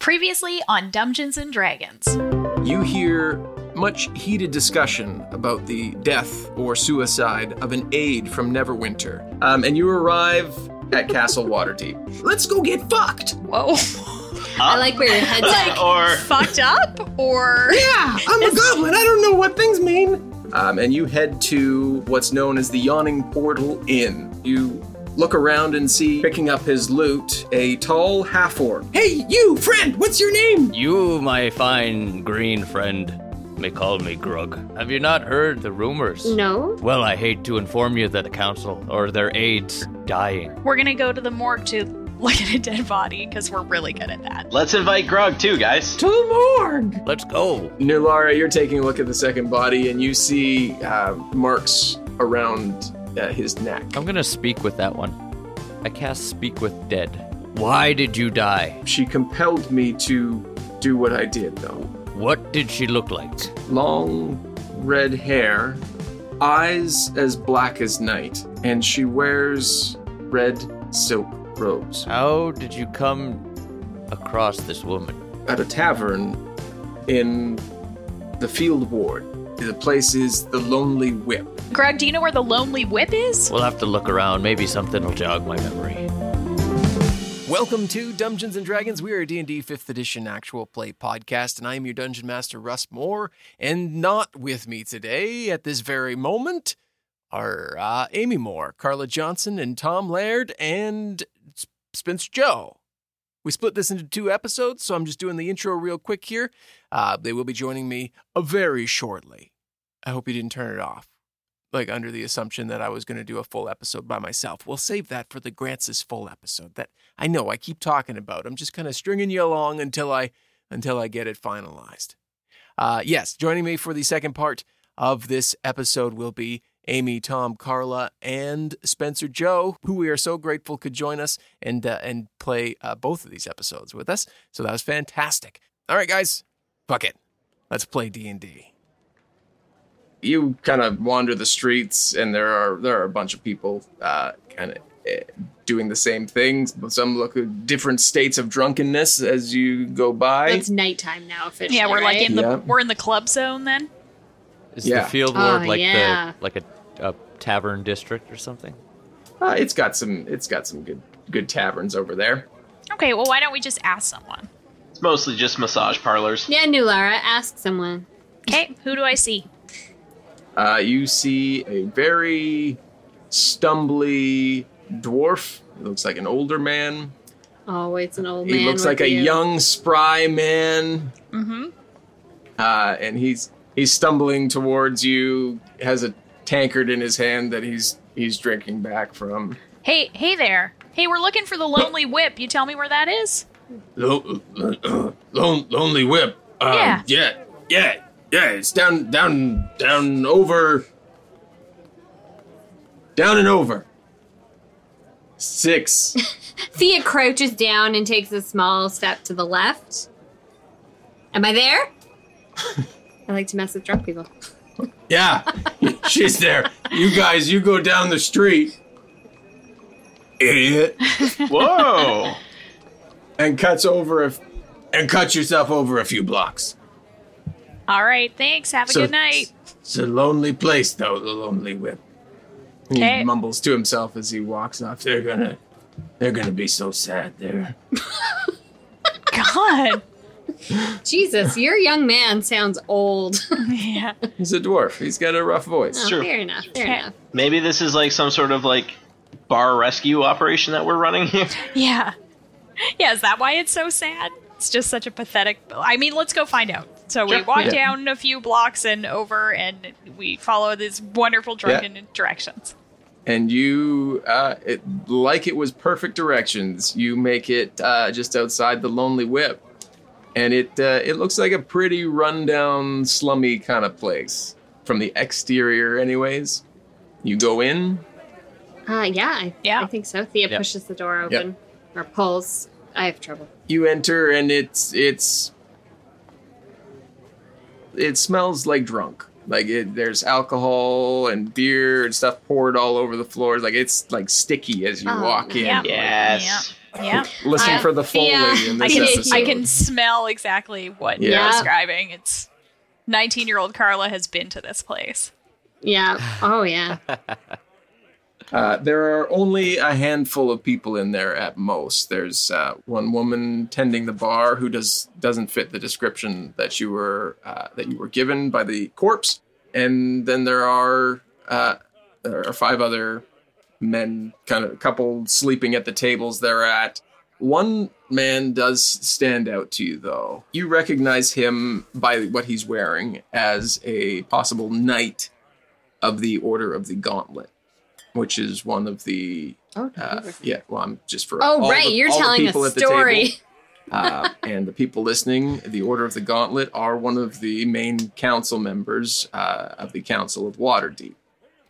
Previously on Dungeons and Dragons. You hear much heated discussion about the death or suicide of an aide from Neverwinter, um, and you arrive at Castle Waterdeep. Let's go get fucked! Whoa. I like where your head's Like, or fucked up? Or. Yeah, I'm a goblin. I don't know what things mean. Um, and you head to what's known as the Yawning Portal Inn. You look around and see, picking up his loot, a tall half orc. Hey, you, friend, what's your name? you, my fine green friend, may call me Grug. Have you not heard the rumors? No. Well, I hate to inform you that the council or their aides are dying. We're gonna go to the morgue to look at a dead body because we're really good at that. Let's invite Grog too, guys. Let's go. Nulara, you're taking a look at the second body, and you see uh, marks around uh, his neck. I'm gonna speak with that one. I cast speak with dead. Why did you die? She compelled me to do what I did, though. What did she look like? Long red hair, eyes as black as night, and she wears red silk robes. How did you come across this woman? At a tavern in the Field Ward, the place is the Lonely Whip. Greg, do you know where the Lonely Whip is? We'll have to look around. Maybe something will jog my memory. Welcome to Dungeons and Dragons. We are a D&D 5th edition actual play podcast and I am your dungeon master Russ Moore and not with me today at this very moment are uh, Amy Moore, Carla Johnson and Tom Laird and S- Spencer Joe. We split this into two episodes, so I'm just doing the intro real quick here. Uh, they will be joining me uh, very shortly. I hope you didn't turn it off like under the assumption that I was going to do a full episode by myself. We'll save that for the Grants' full episode that I know I keep talking about. I'm just kind of stringing you along until I until I get it finalized. Uh, yes, joining me for the second part of this episode will be Amy, Tom, Carla, and Spencer Joe, who we are so grateful could join us and uh, and play uh, both of these episodes with us. So that was fantastic. All right, guys, fuck it, let's play D and D you kind of wander the streets and there are there are a bunch of people uh, kind of eh, doing the same things but some look at different states of drunkenness as you go by That's nighttime now officially. Yeah, we're like right? in the Yeah. we're in the club zone then. Is Yeah. the field Oh, ward like yeah. the like a, a tavern district or something? uh, it's got some it's got some good good taverns over there Okay, well why don't we just ask someone? It's mostly just massage parlors. Yeah, new Lara. Ask someone. Okay, who do I see? uh, you see a very stumbly dwarf he looks like an older man Oh, it's an old man. he looks with uh, like a you. young spry man Mm-hmm. uh, and he's he's stumbling towards you has a tankard in his hand that he's he's drinking back from Hey, hey there. Hey, we're looking for the Lonely Whip. You tell me where that is? Lo- lon- lonely whip. Um, Yeah. yeah, yeah, yeah. It's down, down, down, over, down and over. Six. Thea crouches down and takes a small step to the left. Am I there? I like to mess with drunk people. yeah, she's there. You guys, you go down the street, idiot, Whoa! and cuts over a f- and cuts yourself over a few blocks. All right, thanks. Have a So- good night. It's a lonely place, though, the lonely whip. He Okay. mumbles to himself as he walks off. They're gonna They're gonna be so sad there. God. Jesus, your young man sounds old. yeah. He's a dwarf. He's got a rough Oh. voice. Sure. Fair enough. Fair Okay. enough. Maybe this is like some sort of like bar rescue operation that we're running here. Yeah. Yeah, is that why it's so sad? It's just such a pathetic. I mean, let's go find out. So we Sure. walk Yeah. down a few blocks and over, and we follow these wonderful drunken directions. And you, uh, it, like it was perfect directions, you make it uh, just outside the Lonely Whip. And it, uh, it looks like a pretty rundown, slummy kind of place. From the exterior, anyways. You go in, Uh, yeah, I, Yeah. I think so. Thea Yeah. pushes the door open or pulls. I have trouble. you enter, and it's, it's, it smells like drunk. Like it, there's alcohol and beer and stuff poured all over the floors. Like it's like sticky as you Oh, walk in. yeah. Yes. Yeah, Listen I- for the foley yeah, in I this can episode. I can smell exactly what Yeah. you're describing. It's nineteen year old Carla has been to this place. Yeah. Oh, yeah. Uh, there are only a handful of people in there at most. There's uh, one woman tending the bar who does doesn't fit the description that you were uh, that you were given by the corpse, and then there are uh, there are five other men, kind of couple sleeping at the tables they're at. One man does stand out to you, though. You recognize him by what he's wearing as a possible knight of the Order of the Gauntlet, which is one of the. Oh, Uh, yeah, well, I'm just for. oh all right. the- you're all the telling people a at the table, story. uh, and the people listening, the Order of the Gauntlet are one of the main council members uh, of the Council of Waterdeep.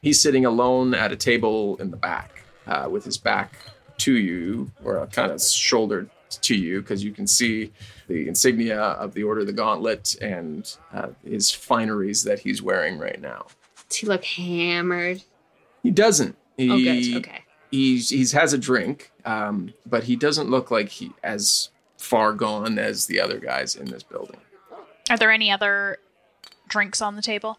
He's sitting alone at a table in the back, uh, with his back to you, or kind of shouldered to you, because you can see the insignia of the Order of the Gauntlet and uh, his fineries that he's wearing right now. Does he look hammered? He doesn't. He, Oh, good. Okay. he's he's has a drink, um, but he doesn't look like he as far gone as the other guys in this building. Are there any other drinks on the table?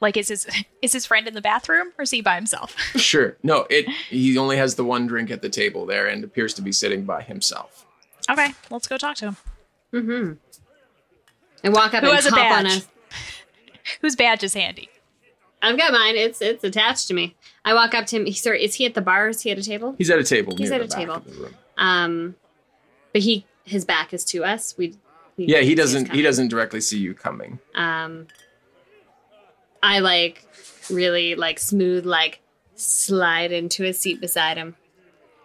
Like is his is his friend in the bathroom or is he by himself? Sure, no, it he only has the one drink at the table there and appears to be sitting by himself. okay, let's go talk to him. Mm-hmm. I walk up Who and has a hop on badge? a. Whose badge is handy? I've got mine. It's it's attached to me. I walk up to him. He's sorry. Is he at the bar? Is he at a table? He's at a table. He's near at the back a table. Of the room. Um, but he his back is to us. We. we Yeah, he he's doesn't. He coming. doesn't directly see you coming. Um, I like really like smooth like slide into a seat beside him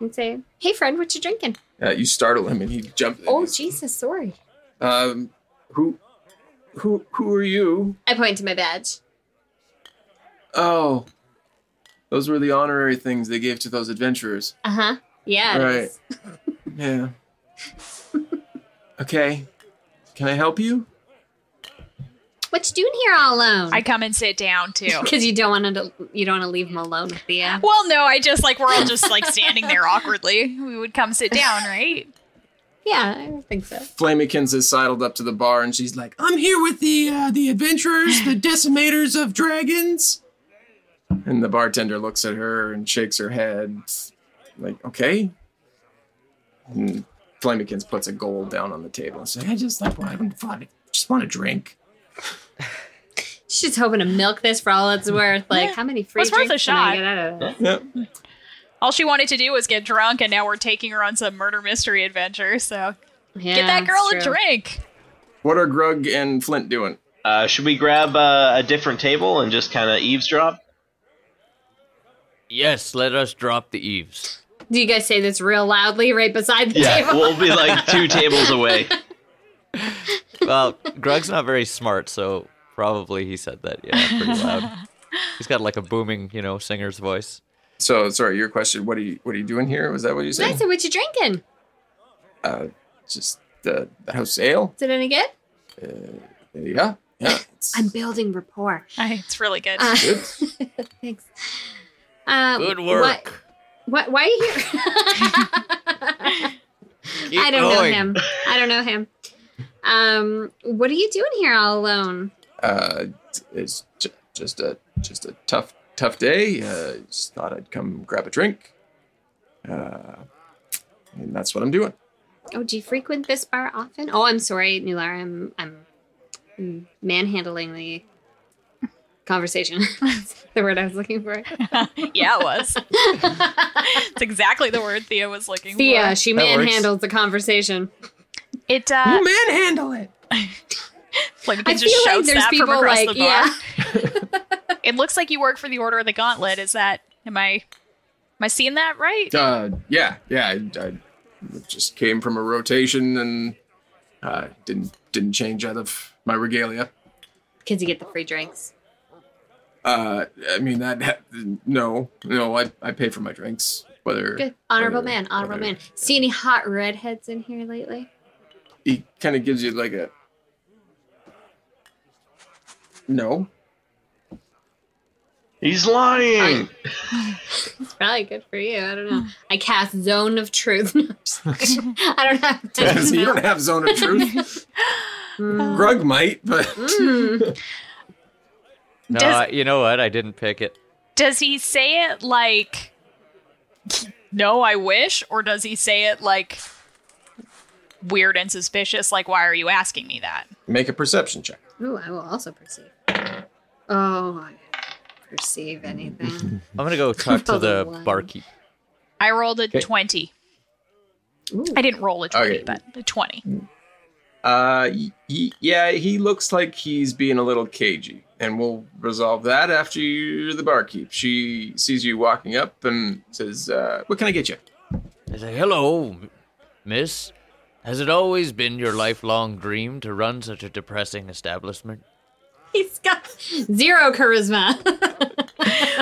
and say, "Hey, friend, what you drinking?" Uh, you startle him, and he jumps. Oh, Jesus, sorry. Um, who, who, who are you? I point to my badge. Oh, those were the honorary things they gave to those adventurers. Uh huh. Yeah. it Right. is. Yeah. okay. Can I help you? What you doing here all alone? I come and sit down too. Because you don't want to. You don't want to leave him alone with Thea. well, no, I just like we're all just like standing there awkwardly. We would come sit down, right? Yeah, I don't think so. Flamikins has sidled up to the bar and she's like, "I'm here with the uh, the adventurers, the decimators of dragons." And the bartender looks at her and shakes her head, like, "Okay." And Flamikins puts a gold down on the table and says, "I just like, I want, just want a drink." She's hoping to milk this for all it's worth. Like, Yeah. how many free It's worth a drinks can shot. I get out of this? Yep. All she wanted to do was get drunk, and now we're taking her on some murder mystery adventure. So Yeah, get that girl a it's true. drink. What are Grug and Flint doing? Uh, should we grab uh, a different table and just kind of eavesdrop? Yes, let us drop the eaves. Do you guys say this real loudly right beside the Yeah, table? we'll be like two tables away. Well, Grug's not very smart, so probably he said that. Yeah, pretty loud. He's got like a booming, you know, singer's voice. So, sorry, your question. What are you What are you doing here? Was that what you I said? said, what you drinking? Uh, just the, the house ale. Is it any good? Yeah, yeah. It's I'm building rapport. I, it's really good. Uh, good. Thanks. Uh, Good wh- work. Why, why, why are you here? Keep I don't going. know him. I don't know him. Um, what are you doing here all alone? uh, it's j- just a just a tough tough day. Uh, just thought I'd come grab a drink. and that's what I'm doing. Oh, do you frequent this bar often? Oh, I'm sorry, Nular. I'm I'm mm, manhandling the conversation. That's the word I was looking for. yeah, it was. it's exactly the word Thea was looking Thea, for. uh, she That works. manhandles the conversation. It uh, you manhandle it. Hmm. I Flamington feel just like shouts there's that from people across like, the bar. yeah, It looks like you work for the Order of the Gauntlet. Is that am I am I seeing that right? Uh, yeah, yeah. I, I just came from a rotation and uh, didn't didn't change out of my regalia. kids, you get the free drinks. Uh, I mean that. No, no. I, I pay for my drinks. Whether Good, honorable whether- man, honorable whether- man. See any hot redheads in here lately? He kind of gives you like a. No, He's lying. It's probably good for you. I don't know. I cast Zone of Truth. No, I'm just kidding. I don't have to. you don't have zone of truth. Mm. Grug might, but No, Does- I- you know what? I didn't pick it. Does he say it like no, I wish, or does he say it like weird and suspicious? Like, why are you asking me that? make a perception check. Ooh, I will also perceive. Oh, I don't perceive anything. I'm gonna go talk to Another the one. barkeep. I rolled a twenty. Ooh. I didn't roll a twenty, Okay. but a twenty. Uh, y- y- yeah, he looks like he's being a little cagey, and we'll resolve that after you're the barkeep. She sees you walking up and says, uh, "What can I get you?" I say, "Hello, m- miss. Has it always been your lifelong dream to run such a depressing establishment?" He's got zero charisma.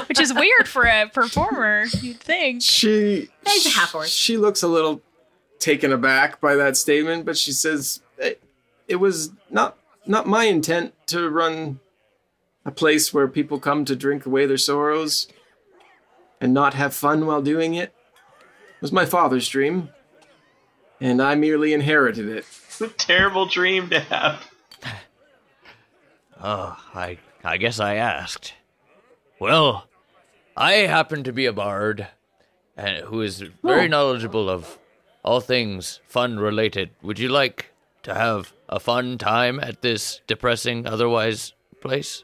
Which is weird for a performer, you'd think. She He's a half-orc. She looks a little taken aback by that statement, but she says, "It, it was not not my intent to run a place where people come to drink away their sorrows and not have fun while doing it. It was my father's dream, and I merely inherited it." What a terrible dream to have. Oh, I I guess I asked. Well, I happen to be a bard and who is very knowledgeable of all things fun related. Would you like to have a fun time at this depressing otherwise place?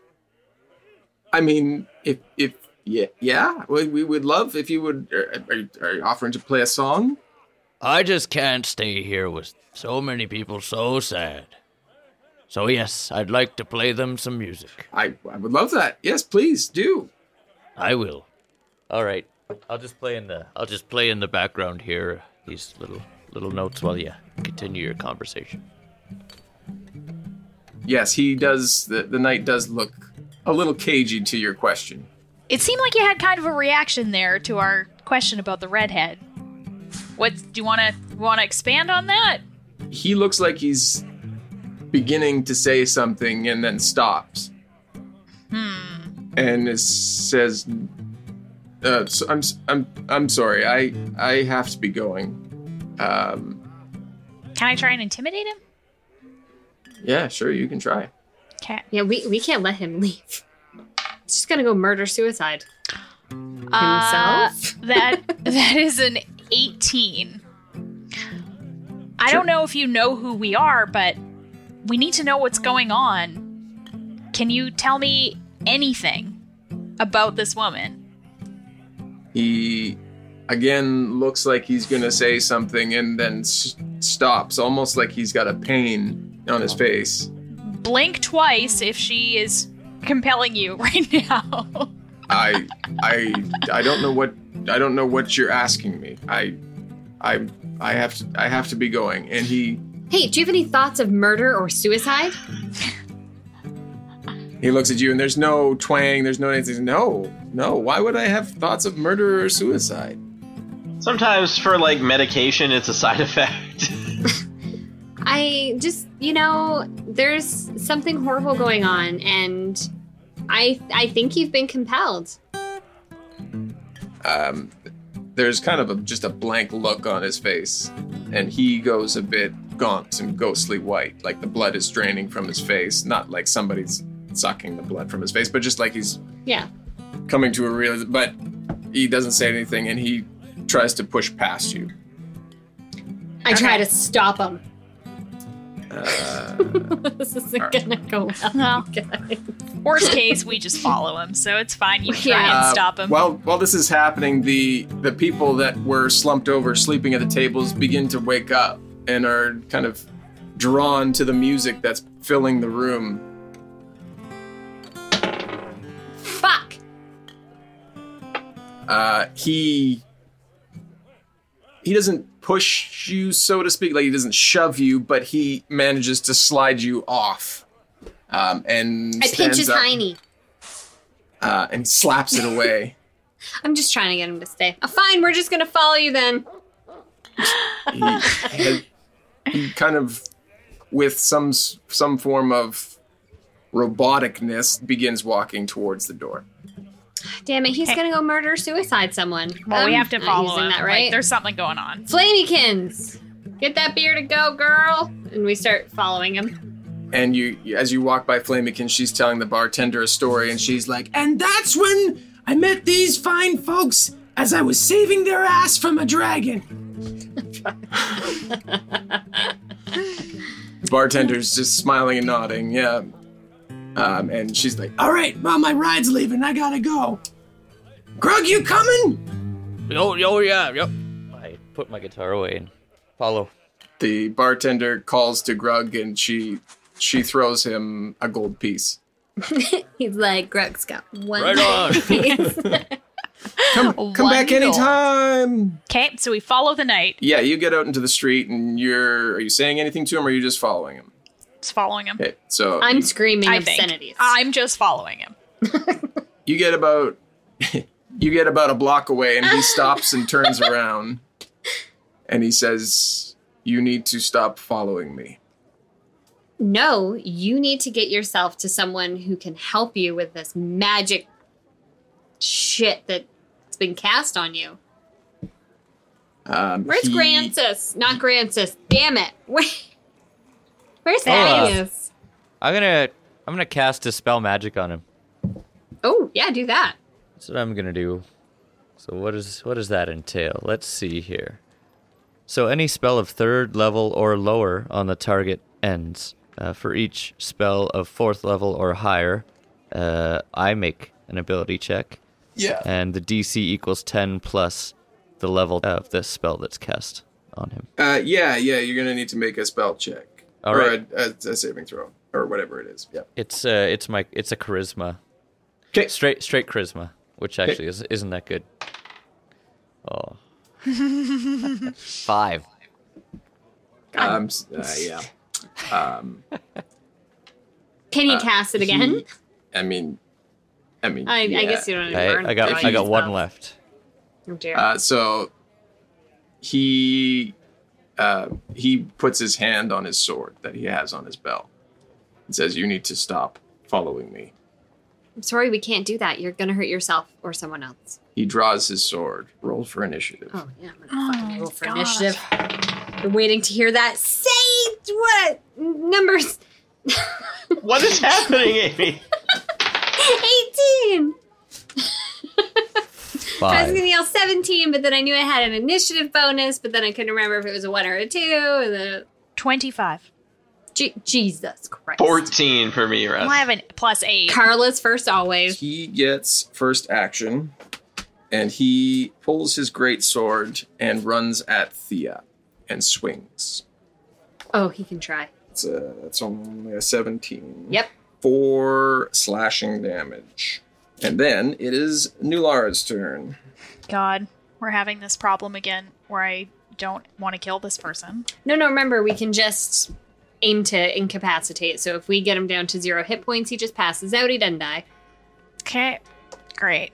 I mean, if if yeah yeah, we, we would love if you would. uh, Are, are, you- are you offering to play a song? I just can't stay here with so many people so sad. So yes, I'd like to play them some music. I I would love that. Yes, please do. I will. All right. I'll just play in the I'll just play in the background here these little little notes while you continue your conversation. Yes, he does. The, the knight does look a little cagey to your question. It seemed like you had kind of a reaction there to our question about the redhead. What do you want to want to expand on that? He looks like he's beginning to say something and then stops. Hmm. And is, says, uh, so "I'm s- I'm I'm sorry. I I have to be going." Um. Can I try and intimidate him? Yeah. Sure. You can try. Okay. yeah, we, we can't let him leave. He's just gonna go murder suicide. Uh, Himself? that that is an 18. I don't know if you know who we are, but we need to know what's going on. Can you tell me anything about this woman? He again looks like he's gonna say something and then s- stops, almost like he's got a pain on his face. Blink twice if she is compelling you right now. I I I don't know what I don't know what you're asking me. I I I have to I have to be going. And he Hey, do you have any thoughts of murder or suicide? he looks at you and there's no twang, there's no anything. No, no. Why would I have thoughts of murder or suicide? Sometimes for like medication, it's a side effect. I just, you know, there's something horrible going on, and I I think you've been compelled. Um, there's kind of a, just a blank look on his face, and he goes a bit gaunt and ghostly white, like the blood is draining from his face. Not like somebody's sucking the blood from his face, but just like he's Yeah. coming to a real. But he doesn't say anything, and he tries to push past you. I try to stop him. Uh, this isn't gonna go well. No. guys. Worst case, we just follow him, so it's fine. You try Yeah. and Uh, stop him. While while this is happening, the the people that were slumped over, sleeping at the tables, begin to wake up and are kind of drawn to the music that's filling the room. Fuck. Uh, he he doesn't push you, so to speak, like he doesn't shove you, but he manages to slide you off. Um, and I pinch stands his up, hiney. uh, and slaps it away. I'm just trying to get him to stay. Uh, fine, we're just gonna follow you then. he, had- he kind of with some s- some form of roboticness begins walking towards the door Damn it, he's Okay. gonna go murder suicide someone. well, we I'm have to not follow using him. that, Like, right? there's something going on. Flamykins! Get that beer to go, girl! And we start following him. and you you- as you walk by flamekin she's telling the bartender a story and she's like and that's when i met these fine folks as i was saving their ass from a dragon the bartender's just smiling and nodding yeah um, and she's like all right well my ride's leaving i gotta go grug you coming Oh, oh yeah, yep. I put my guitar away and follow. the bartender calls to Grug and she she throws him a gold piece. He's like, Greg's got one. Right on. Come back anytime. Okay, so we follow the knight. Yeah, you get out into the street and you're are you saying anything to him or are you just following him? Just following him. Okay, so I'm screaming I think. obscenities. I'm just following him. you get about you get about a block away and he stops and turns around and he says, "You need to stop following me." no, you need to get yourself to someone who can help you with this magic shit that's been cast on you. Um, Where's he- Grancis? Not Grancis. Damn it. Where- Where's Hola. Thaddeus? I'm gonna I'm gonna cast dispel magic on him. Oh, yeah, do that. That's what I'm gonna do. So what is what does that entail? Let's see here. So any spell of third level or lower on the target ends. Uh, for each spell of fourth level or higher, uh, I make an ability check, Yeah. and the DC equals 10 plus the level of the spell that's cast on him. Uh, yeah, yeah, you're gonna need to make a spell check All or right. a, a, a saving throw or whatever it is. Yeah. It's uh, it's my it's a charisma, 'Kay. straight straight charisma, which actually is, isn't that good. Oh, five. Um, s- uh, yeah. Can he cast it again? Uh, He- I mean, I mean, I, I yeah. guess you don't even I, learn I got about I got these one spells. left. Oh, dear. Uh, so he uh, he puts his hand on his sword that he has on his belt and says, "You need to stop following me." I'm sorry, we can't do that. You're gonna hurt yourself or someone else. He draws his sword. Roll for initiative. Oh yeah, I'm gonna fucking roll for initiative. Been waiting to hear that. Say what numbers? What is happening, Amy? Eighteen. I was Five. gonna yell seventeen, but then I knew I had an initiative bonus, but then I couldn't remember if it was a one or a two. And then 25. Je- Jesus Christ. Fourteen for me, I Russ. have a plus 8. Carla's first always. He gets first action, and he pulls his great sword and runs at Thea, and swings. Oh, he can try. It's a, that's only a seventeen. Yep. four slashing damage. And then it is Nulara's turn. God, we're having this problem again where I don't want to kill this person. No, no. Remember, we can just aim to incapacitate. So if we get him down to zero hit points, he just passes out. He doesn't die. Okay, great.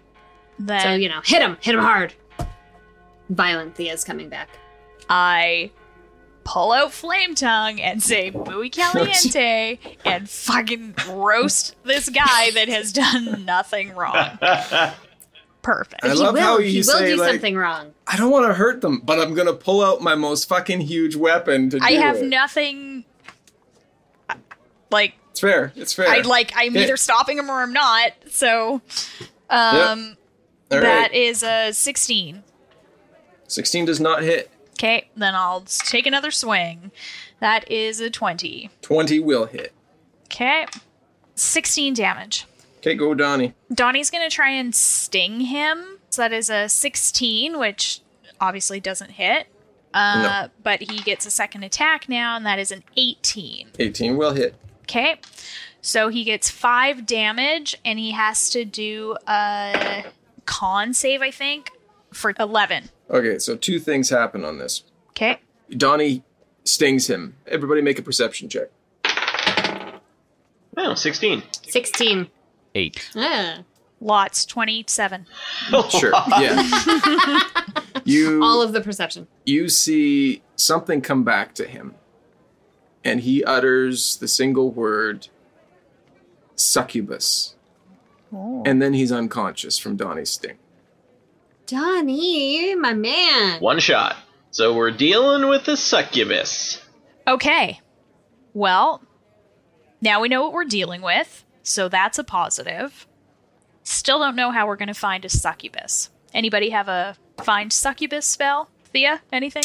Then Uh, So, you know, hit him, hit him hard. Violent Thea's coming back. I pull out Flame Tongue and say "Bui Caliente" and fucking roast this guy that has done nothing wrong. Perfect. I love will, how he you will say do like something wrong. I don't want to hurt them, but I'm gonna pull out my most fucking huge weapon to do I have it. nothing. uh, Like It's fair. It's fair. I like I'm Okay. either stopping him or I'm not. So, um, All that right. is a sixteen. 16 does not hit. Okay, then I'll s- take another swing. That is a 20. 20 will hit. Okay. 16 damage. Okay, go Donnie. Donnie's going to try and sting him. So that is a 16, which obviously doesn't hit. Uh, But he gets a second attack now, and that is an 18. 18 will hit. Okay. So he gets five damage, and he has to do a con save, I think, for 11. Okay, so two things happen on this. Okay. Donnie stings him. Everybody make a perception check. Oh, 16. 16. Eight. Ah. Lots 27. Sure. Yeah. you All of the perception. you see something come back to him, and he utters the single word succubus. Oh. And then he's unconscious from Donnie's sting. Donnie, my man. One shot. So we're dealing with a succubus. Okay. Well, now we know what we're dealing with, so that's a positive. Still don't know how we're going to find a succubus. Anybody have a find succubus spell? Thea, anything?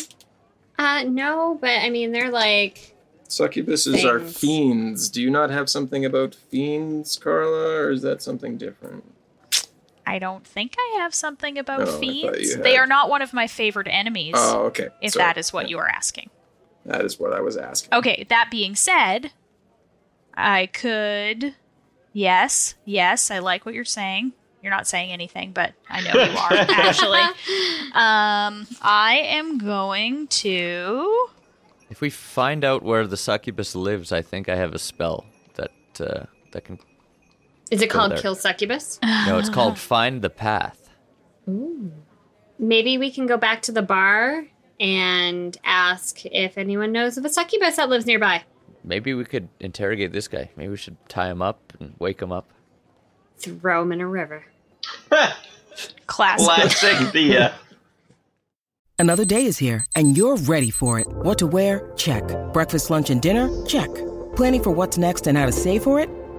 Uh, no, but I mean, they're like, Succubuses are Things. fiends. Do you not have something about fiends, Carla, or is that something different? I don't think I have something about Oh, I thought fiends. you They had. are not one of my favorite enemies, Oh, okay. if Sorry. that is Oh. what you are asking. That is what I was asking. Okay, that being said, I could. Yes, yes, I like what you're saying. You're not saying anything, but I know you are, actually. Um, I am going to. If we find out where the succubus lives, I think I have a spell that uh, that can. is it Go called there. Kill Succubus? No, it's called find the path. Maybe we can go back to the bar and ask if anyone knows of a succubus that lives nearby. Maybe we could interrogate this guy. Maybe we should tie him up and wake him up. Throw him in a river. Classic. Classic uh, Thea. Another day is here, and you're ready for it. What to wear? Check. Breakfast, lunch, and dinner? Check. Planning for what's next and how to save for it?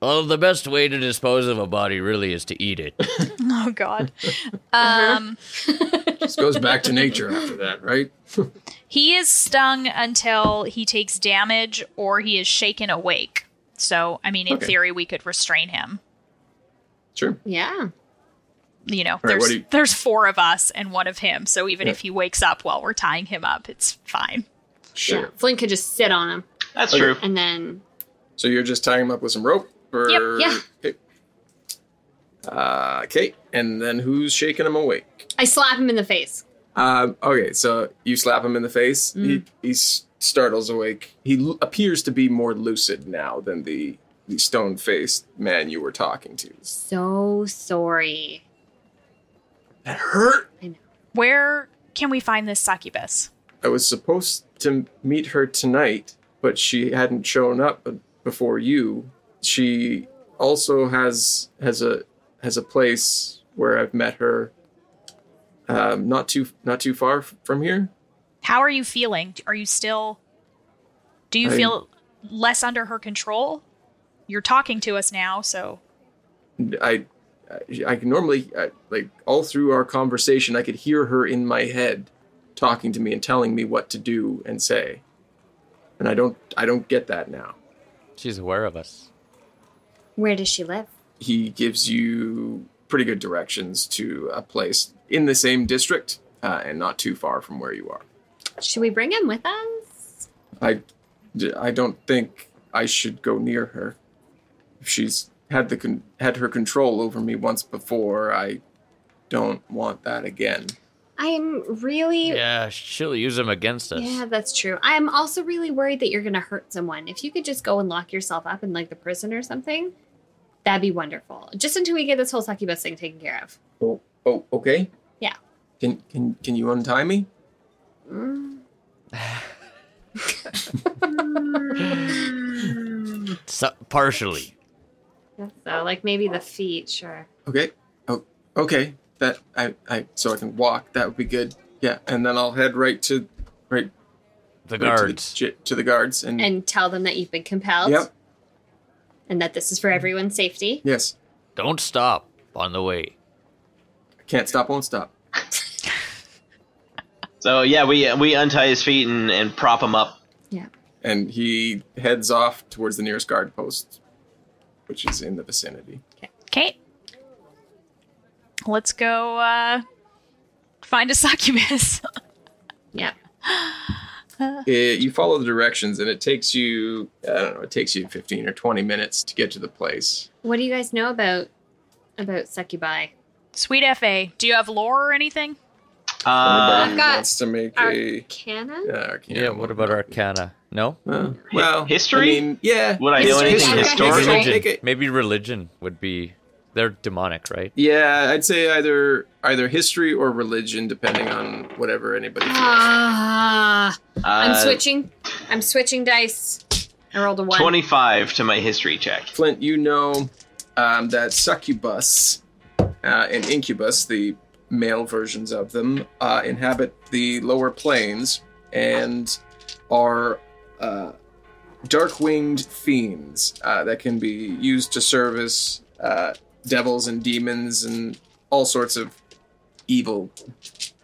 Well, the best way to dispose of a body really is to eat it. Oh, God. Um, This goes back to nature after that, right? he is stung until he takes damage or he is shaken awake. So, I mean, in Okay. theory, we could restrain him. Sure. Yeah. You know, right, what there's do you- there's four of us and one of him. So even Yeah. if he wakes up while we're tying him up, it's fine. Sure. Yeah. Flynn could just sit on him That's Okay. true. and then So you're just tying him up with some rope? Or... Yep, yeah. Okay. Uh, okay, and then who's shaking him awake? I slap him in the face. Um, okay, so you slap him in the face. Mm. He, he s- startles awake. He l- appears to be more lucid now than the, the stone faced man you were talking to. So sorry. That hurt. Where can we find this succubus? I was supposed to meet her tonight, but she hadn't shown up before you. She also has has a has a place where I've met her. Um, not too not too far f- from here. How are you feeling? Are you still. Do you I- feel less under her control? You're talking to us now, so. I I- I can normally I, like all through our conversation, I could hear her in my head talking to me and telling me what to do and say. And I don't I don't get that now. She's aware of us. Where does she live? he gives you pretty good directions to a place in the same district uh, and not too far from where you are. Should we bring him with us? I, I don't think I should go near her. If she's had the con- had her control over me once before, I don't want that again. I'm really Yeah, she'll use him against us. Yeah, that's true. I'm also really worried that you're going to hurt someone. If you could just go and lock yourself up in like the prison or something, that'd be wonderful. Just until we get this whole succubus thing taken care of. Oh, oh, okay. Yeah. Can can can you untie me? So, partially. So, like maybe the feet, sure. Okay. Oh, okay. That I, I so I can walk. That would be good. Yeah, and then I'll head right to right, The right guards. to, the, gi- to the guards and, And tell them that you've been compelled. Mm. yep. And that this is for everyone's safety. Yes. Don't stop on the way. Can't stop. Won't stop. So yeah, we we untie his feet and, and prop him up. Yeah. And he heads off towards the nearest guard post, which is in the vicinity. Okay. Let's go uh, find a succubus. Yeah. It, you follow the directions, and it takes you I don't know. It takes you fifteen or twenty minutes to get to the place. What do you guys know about about succubi? Sweet FA, do you have lore or anything? Uh, Anybody got wants to make a uh, Arcana? yeah, arcana. Yeah, what about Arcana? No? Uh, well, history? I mean, yeah. would I know History anything check. historical? History Make Religion. it- Maybe religion would be. They're demonic, right? Yeah, I'd say either either history or religion, depending on whatever anybody. Uh, feels. Ah, I'm Uh, switching. I'm switching dice. I rolled a one. Twenty-five to my history check. Flint, you know um, that succubus uh, and incubus, the male versions of them, uh, inhabit the lower planes and are uh, dark winged fiends uh, that can be used to service uh, devils and demons and all sorts of evil,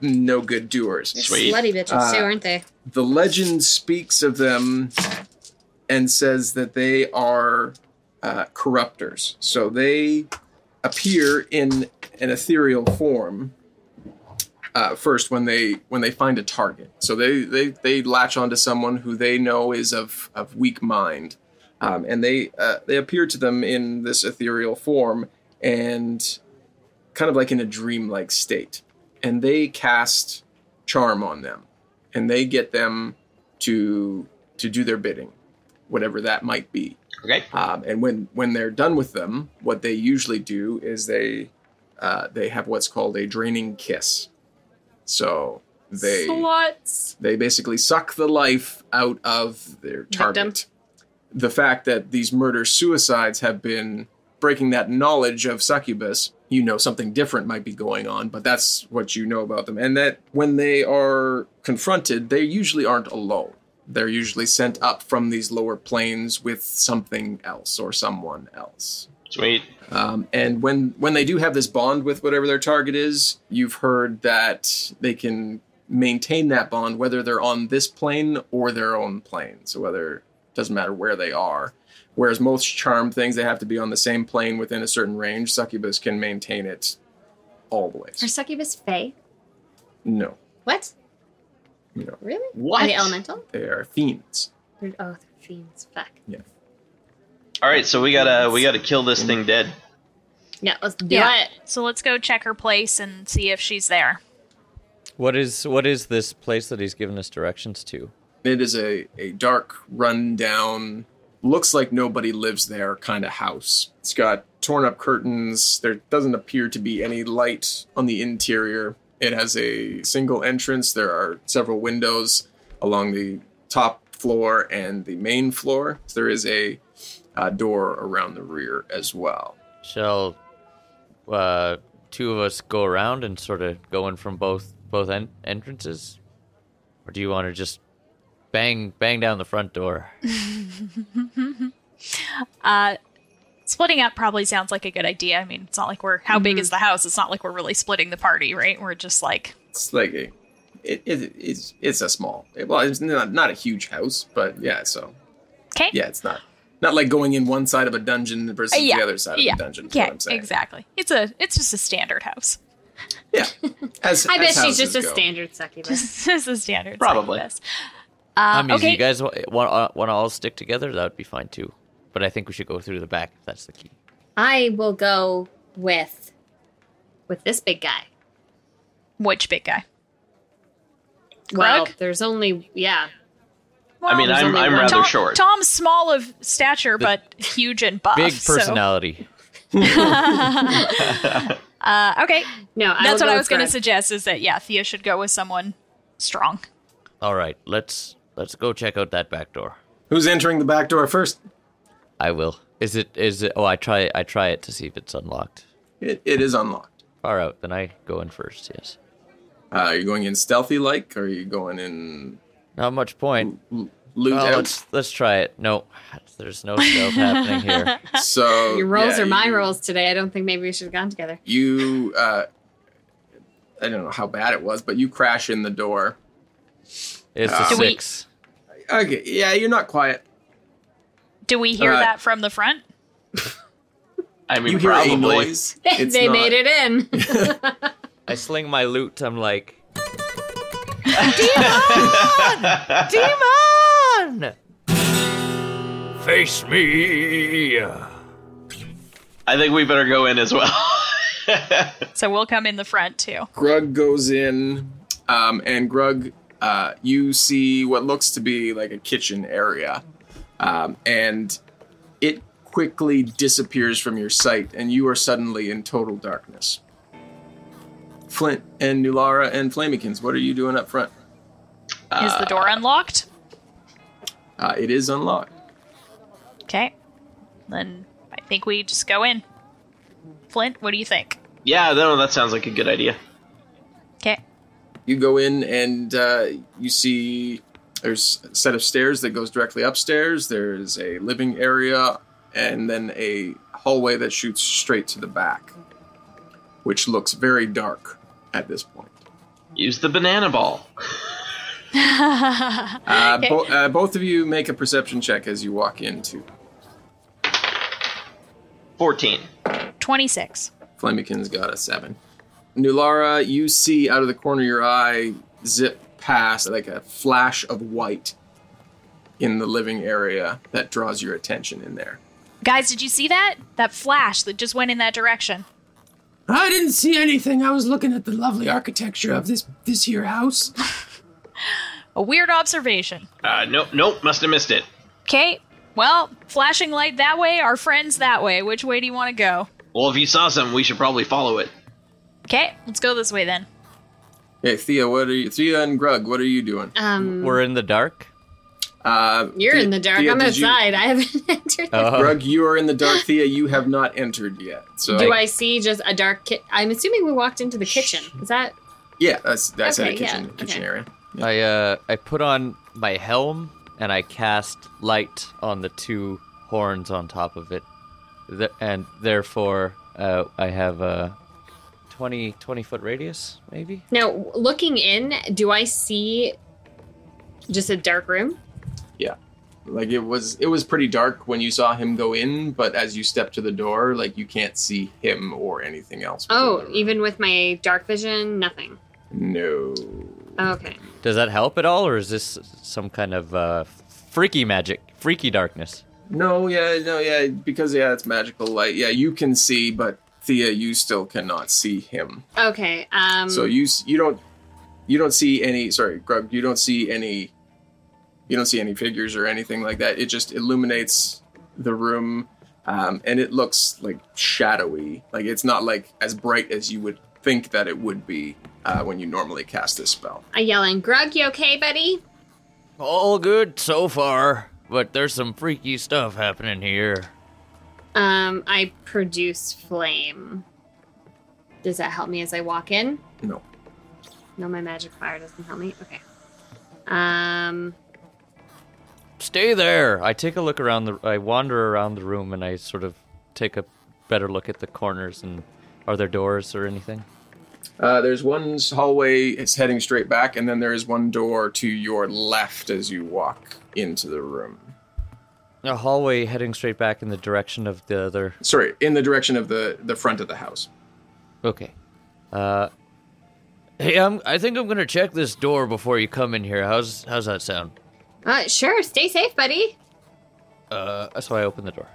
no good doers. They're Sweet. Slutty bitches Uh, too, aren't they? the legend speaks of them and says that they are uh, corruptors. So they appear in an ethereal form uh, first when they when they find a target. So they they they latch onto someone who they know is of of weak mind, um, and they uh, they appear to them in this ethereal form and kind of like in a dreamlike state, and they cast charm on them and they get them to to do their bidding, whatever that might be. Okay. Um, and when when they're done with them, what they usually do is they uh, they have what's called a draining kiss. So they Sluts. they basically suck the life out of their target. Victim. The fact that these murder suicides have been breaking that knowledge of succubus, you know something different might be going on, but that's what you know about them. And that when they are confronted, they usually aren't alone. They're usually sent up from these lower planes with something else or someone else. Sweet. Um, and when when they do have this bond with whatever their target is, you've heard that they can maintain that bond whether they're on this plane or their own plane. So whether doesn't matter where they are. Whereas most charm things, they have to be on the same plane within a certain range. Succubus can maintain it Are always. succubus fae? No, What? No. Really? What? Are they elemental? they are fiends. They're, oh, they're fiends. Fuck. All right, so we gotta we gotta kill this thing dead. Yeah, let's do it. So let's go check her place and see if she's there. What is what is this place that he's given us directions to? It is a, a dark, rundown, looks like nobody lives there kind of house. It's got torn up curtains. There doesn't appear to be any light on the interior. It has a single entrance. There are several windows along the top floor and the main floor. There is a uh, door around the rear as well. Shall uh, two of us go around and sort of go in from both both en- entrances, or do you want to just bang bang down the front door? Uh, splitting up probably sounds like a good idea. I mean, it's not like we're how big is the house? It's not like we're really splitting the party, right? We're just like It's like a, it, it, it's, it's a small, well, it's not, not a huge house, but yeah, so okay, Yeah, it's not not like going in one side of a dungeon versus Uh, yeah, the other side yeah, of a dungeon. is yeah, what I'm saying. exactly. It's a it's just a standard house. Yeah, as, I as bet she's houses just a go. standard succubus. this is a standard. Probably. succubus. I Uh, mean, if okay, you guys want uh, want to all stick together, that would be fine too. But I think we should go through the back if that's the key. I will go with with this big guy. which big guy? Well, Grug? there's only yeah. I mean, there's I'm only I'm one. rather Tom, short. Tom's small of stature, but huge and buff. Big Uh, so- personality. Uh, okay, No, I that's what will go I with was going to Grug. suggest is that yeah, Thea should go with someone strong. All right, let's let's go check out that back door. Who's entering the back door first? I will. Is it? Is it? Oh, I try. I try it to see if it's unlocked. It, it is unlocked. Far out. Then I go in first. Yes. Uh, are you going in stealthy like? Or are you going in Not much point. l- loot Well, out? let's let's try it. No, there's no stealth happening here. So Your rolls Oh, yeah, are my you- rolls today. I don't think maybe we should have gone together. You, uh, I don't know how bad it was, but you crash in the door. It's a Do we- six. Okay, yeah, you're not quiet. Do we hear All right. that from the front? I mean, You hear probably. a noise. They, It's they not- made it in. I sling my loot. I'm like, demon, demon, face me. I think we better go in as well. So we'll come in the front too. Grug goes in, um, and Grug, uh, you see what looks to be like a kitchen area, um, and it quickly disappears from your sight, and you are suddenly in total darkness. Flint and Nulara and Flamikins, what are you doing up front? Is the door unlocked? Uh, it is unlocked. Okay. Then I think we just go in. Flint, what do you think? yeah, no, that sounds like a good idea. Okay. you go in and uh, you see there's a set of stairs that goes directly upstairs there's a living area and then a hallway that shoots straight to the back which looks very dark at this point Use the banana ball. uh, bo- uh, both of you make a perception check as you walk into 14. 26. Flemmikin's got a seven. Nulara, you see out of the corner of your eye zip past like a flash of white in the living area that draws your attention in there. Guys, did you see that? That flash that just went in that direction. I didn't see anything. I was looking at the lovely architecture of this this here house. A weird observation. Uh, nope, nope, must have missed it. Okay. Well, flashing light that way, our friends that way. Which way do you want to go? Well, if you saw something, we should probably follow it. Okay, let's go this way then. Hey, Thea, what are you? Thea and Grug, what are you doing? Um, We're in the dark. Uh, you're Thea- in the dark. Thea, I'm did you- Oh, outside. I haven't entered. the- Uh, Grug, you are in the dark. Thea, you have not entered yet. So Do I see just a dark kit? I'm assuming we walked into the kitchen. Is that Yeah, that's that's at a Okay, kitchen yeah, kitchen okay. area. I uh, I put on my helm and I cast light on the two horns on top of it, Th- and therefore uh, I have a 20, 20 foot radius, maybe. now looking in? Do I see just a dark room? Yeah. Like it was it was pretty dark when you saw him go in, but as you step to the door, like you can't see him or anything else. within the Oh, room. even with my dark vision, nothing. no. Okay. Does that help at all, or is this some kind of uh, freaky magic, freaky darkness? No, yeah, no, yeah, because yeah, it's magical light. Yeah, you can see, but Thea, you still cannot see him. Okay. Um, so you s- you don't you don't see any sorry, Grug, you don't see any you don't see any figures or anything like that. It just illuminates the room um, and it looks like shadowy. Like it's not like as bright as you would think that it would be uh, when you normally cast this spell. I yell in, Grug, you okay, buddy? All good so far, but there's some freaky stuff happening here. Um, I produce flame. Does that help me as I walk in? No. No, my magic fire doesn't help me. Okay. Um, Stay there. I take a look around the. I wander around the room and I sort of take a better look at the corners and are there doors or anything? Uh, there's one hallway it's heading straight back, and then there is one door to your left as you walk into the room. A hallway heading straight back in the direction of the other. Sorry, in the direction of the the front of the house. Okay. Uh. Hey, I'm, I think I'm gonna check this door before you come in here. How's how's that sound? uh, sure. Stay safe, buddy. Uh, so I open the door.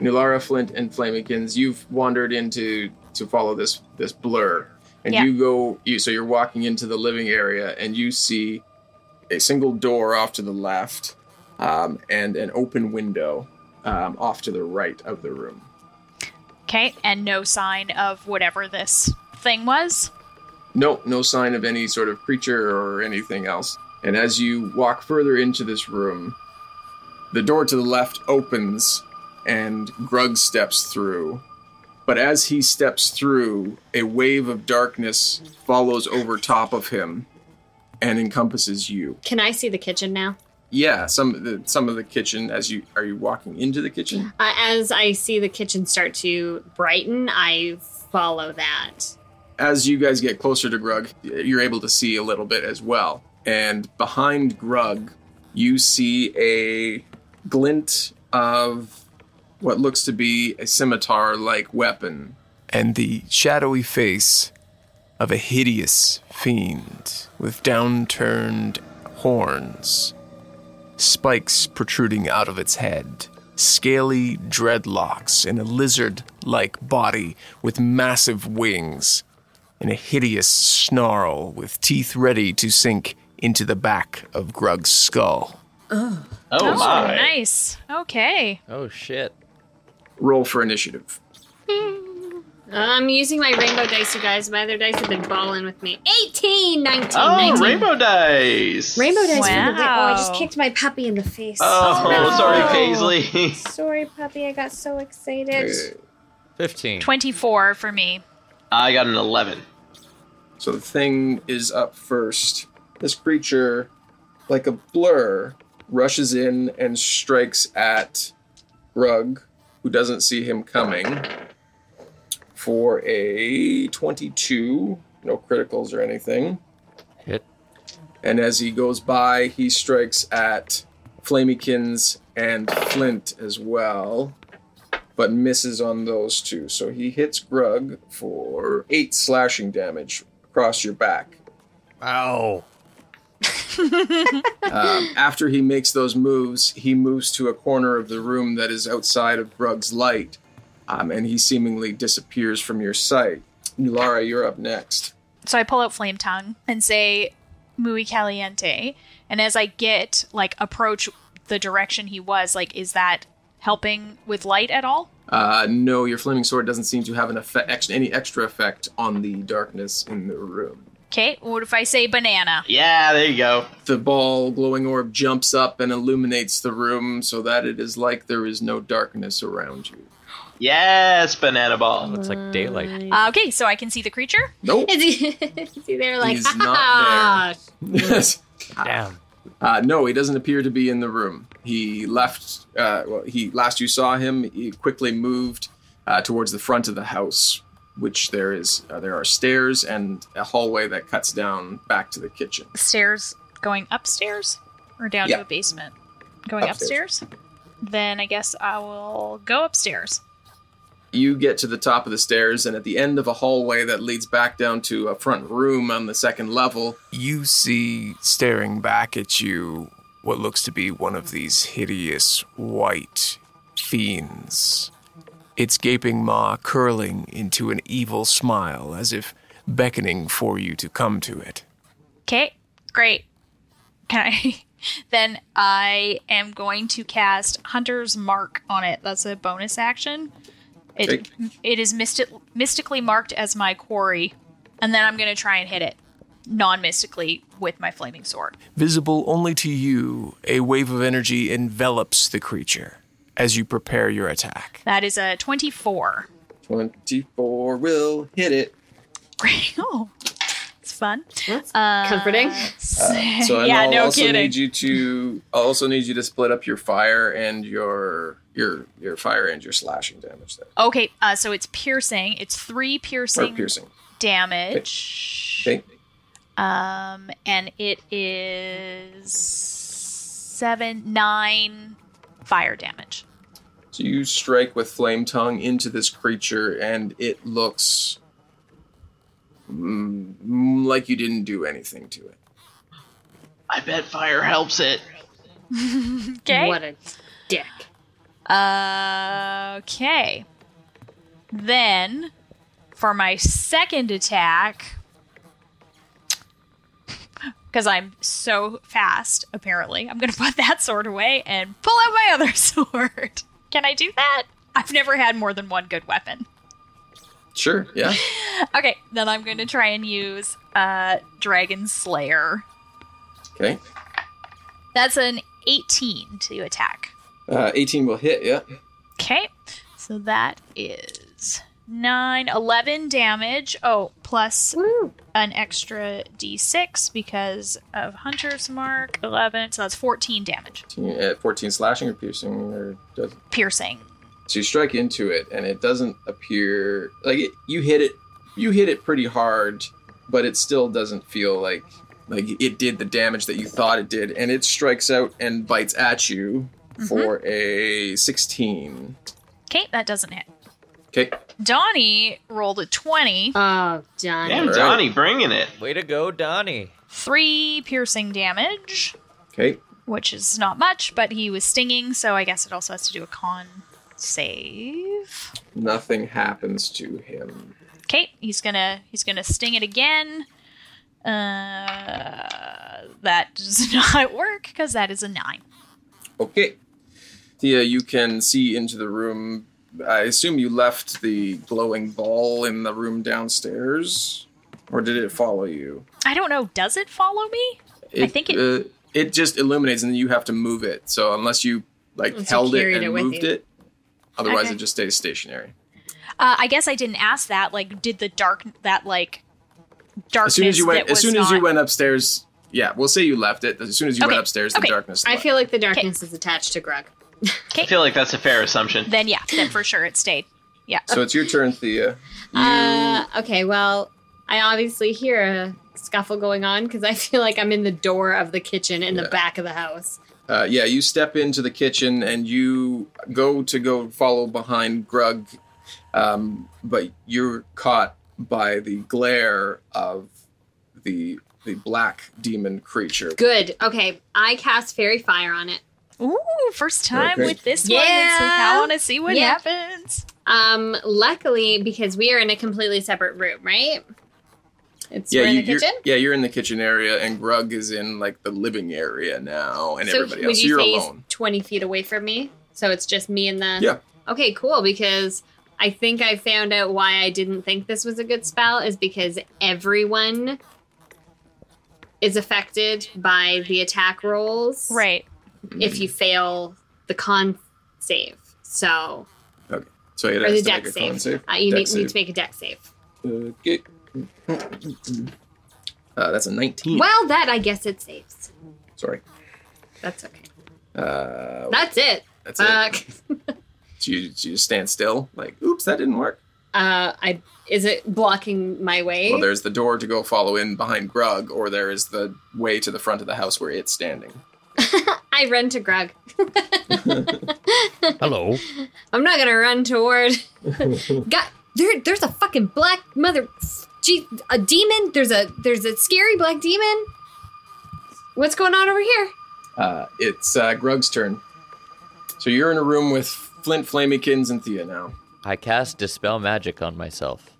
Nulara, Flint, and Flamekins, you've wandered into to follow this this blur, and Yeah. you go. You so you're walking into the living area, and you see a single door off to the left, um, and an open window um, off to the right of the room. Okay, and no sign of whatever this thing was. No, no sign of any sort of creature or anything else. And as you walk further into this room, The door to the left opens and Grug steps through. But as he steps through, a wave of darkness follows over top of him and encompasses you. Can I see the kitchen now? Yeah, some of the, some of the kitchen as you are you walking into the kitchen? Uh, as I see the kitchen start to brighten, I follow that. as you guys get closer to Grug, you're able to see a little bit as well. And behind Grug, you see a glint of what looks to be a scimitar like weapon. and the shadowy face of a hideous fiend with downturned horns, spikes protruding out of its head, scaly dreadlocks, and a lizard like body with massive wings, and a hideous snarl with teeth ready to sink into the back of Grug's skull. Oh, Oh, my. nice. Okay. Oh shit. Roll for initiative. I'm using my rainbow dice, you guys. My other dice have been balling with me. 18, 19, Oh, 19. rainbow dice. Rainbow dice for the win. Oh, I just Wow. kicked my puppy in the face. Oh, No. sorry, Paisley. Sorry, puppy. I got so excited. Fifteen. 24 for me. I got an eleven. So the thing is up first. This creature, like a blur, rushes in and strikes at Grug, who doesn't see him coming, for a 22. No criticals or anything. Hit. And as he goes by, he strikes at Flamykins and Flint as well, but misses on those two. So he hits Grug for eight slashing damage across your back. Ow. Um, after he makes those moves, he moves to a corner of the room that is outside of Grug's light, um, and he seemingly disappears from your sight. Lara, you're up next. So I pull out Flame Tongue and say muy caliente. And as I get like approach the direction he was, like is that helping with light at all? Uh, no, your flaming sword doesn't seem to have an effect, ex- any extra effect on the darkness in the room. Okay, what if I say banana? Yeah, there you go. The ball glowing orb jumps up and illuminates the room so that it is like there is no darkness around you. Yes, banana ball. It's like daylight. Uh, okay, so I can see the creature. Nope. Is he, is he there like, He's ha not ha ha. yes. Down. Uh, no, he doesn't appear to be in the room. He left. Uh, well, he last you saw him. He quickly moved uh, towards the front of the house, which there is uh, there are stairs and a hallway that cuts down back to the kitchen. Stairs going upstairs or down Yeah. to a basement? Going Upstairs. upstairs. Then I guess I will go upstairs. you get to the top of the stairs and at the end of a hallway that leads back down to a front room on the second level you see staring back at you what looks to be one of these hideous white fiends. Its gaping maw curling into an evil smile as if beckoning for you to come to it. Okay, great. Can I? then I am going to cast Hunter's Mark on it. That's a bonus action. It it is mystic, mystically marked as my quarry, and then I'm going to try and hit it non-mystically with my flaming sword. Visible only to you, a wave of energy envelops the creature as you prepare your attack. That is a 24. 24 will hit it Great. Oh, it's fun. Comforting. so and yeah, I'll no also kidding. need you to I'll also need you to split up your fire and your your your fire and your slashing damage there Okay, uh, so it's piercing. It's three piercing, or piercing damage. okay Um, and it is seven, nine fire damage. so you strike with flame tongue into this creature and it looks mm, like you didn't do anything to it I bet fire helps it. Okay. What a dick. Uh, okay. Then, for my second attack, because I'm so fast, apparently, I'm going to put that sword away and pull out my other sword. Can I do that? I've never had more than one good weapon. sure yeah Okay, then I'm going to try and use uh, Dragon Slayer. okay That's an 18 to attack. Uh, 18 will hit, yeah. Okay. So that is 9, 11 damage. Oh, plus an extra d6 because of Hunter's Mark. 11. So that's 14 damage. 14, uh, 14 slashing or piercing or does Piercing. So you strike into it, and it doesn't appear like it, you hit it. You hit it pretty hard, but it still doesn't feel like like it did the damage that you thought it did. And it strikes out and bites at you for a sixteen. Okay. That doesn't hit. Okay, Donnie rolled a 20. Oh, Johnny. Damn, Donnie bringing it. Way to go, Donnie. 3 piercing damage, okay. which is not much, but he was stinging, so I guess it also has to do a con save. Nothing happens to him. Okay, he's gonna he's gonna sting it again. Uh, that does not work because that is a nine. Okay. Thea, you can see into the room. I assume you left the glowing ball in the room downstairs, or did it follow you? I don't know. Does it follow me? I think it. uh, it just illuminates, and then you have to move it. So unless you like Unless you held it carried and it with moved you. it, otherwise Okay. it just stays stationary. Uh, I guess I didn't ask that. Like, did the dark that like darkness? As soon as you went, that as was soon as you not- went upstairs, yeah, we'll say you left it. As soon as you Okay, went upstairs, the okay. darkness. I left. feel like the darkness is attached to Grug. I feel like that's a fair assumption. Then yeah, then for sure it stayed. Yeah. so. It's your turn, Thea. You, Uh, okay, well, I obviously hear a scuffle going on because I feel like I'm in the door of the kitchen in the back of the house. Uh, yeah, you step into the kitchen and you go to go follow behind Grug, um, but you're caught by the glare of the the black demon creature. Good. Okay, I cast fairy fire on it. Ooh, first time Okay. with this one. It's like, I Yeah. want to see what Yeah. happens. Um, luckily, because we are in a completely separate room, right? It's Yeah, we're you, in the kitchen. are yeah, you're in the kitchen area, and Grug is in like the living area now, and everybody would else. you are say he's alone. 20 feet away from me? So it's just me and the. Yeah. Okay, cool. Because I think I found out why I didn't think this was a good spell is because everyone is affected by the attack rolls. Right. If you fail the con save. So. Okay, so it Or the has to deck make a con save. save. Uh, you Deck need, need save. to make a deck save. Okay. Uh, that's a 19. Well, that I guess it saves. Sorry. That's okay. Uh, That's it. that's it. Fuck. Do you, do you just stand still? Like, oops, that didn't work. Uh, I is it blocking my way? Well, there's the door to go follow in behind Grug, or there is the way to the front of the house where it's standing. I run to Grug. Hello. I'm not gonna run toward. God, there, there's a fucking black mother. Gee, a demon. There's a there's a scary black demon. What's going on over here? Uh, it's uh, Grug's turn. So you're in a room with Flint, Flamykins, and Thea now. I cast Dispel Magic on myself.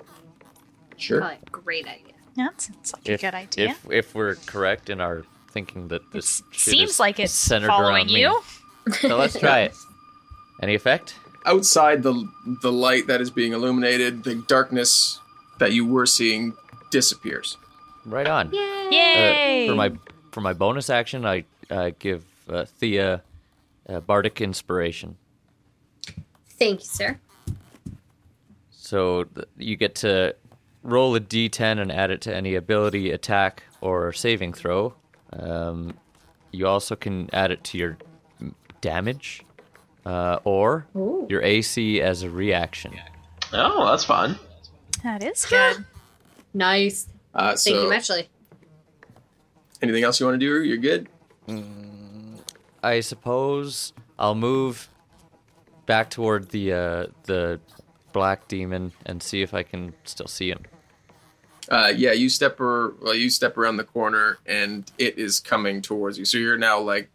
Sure. Oh, great idea. That sounds like If- a good idea. If, if we're correct in our thinking that this It shit seems is like it's centered following around me. you. So let's try it. Any effect? Outside the the light that is being illuminated, the darkness that you were seeing disappears. Right on. Yay! Uh, for my for my bonus action, I uh, give uh, Thea uh, bardic inspiration. Thank you, sir. So th- you get to roll a d10 and add it to any ability, attack, or saving throw. Um, you also can add it to your m- damage uh, or your AC as a reaction. Oh, that's fun. that is good. Nice. Uh, Thank so, you, actually. anything else you want to do? You're good. I suppose I'll move back toward the uh, the black demon and see if I can still see him. Uh, yeah, you step or well, you step around the corner, and it is coming towards you. So you're now like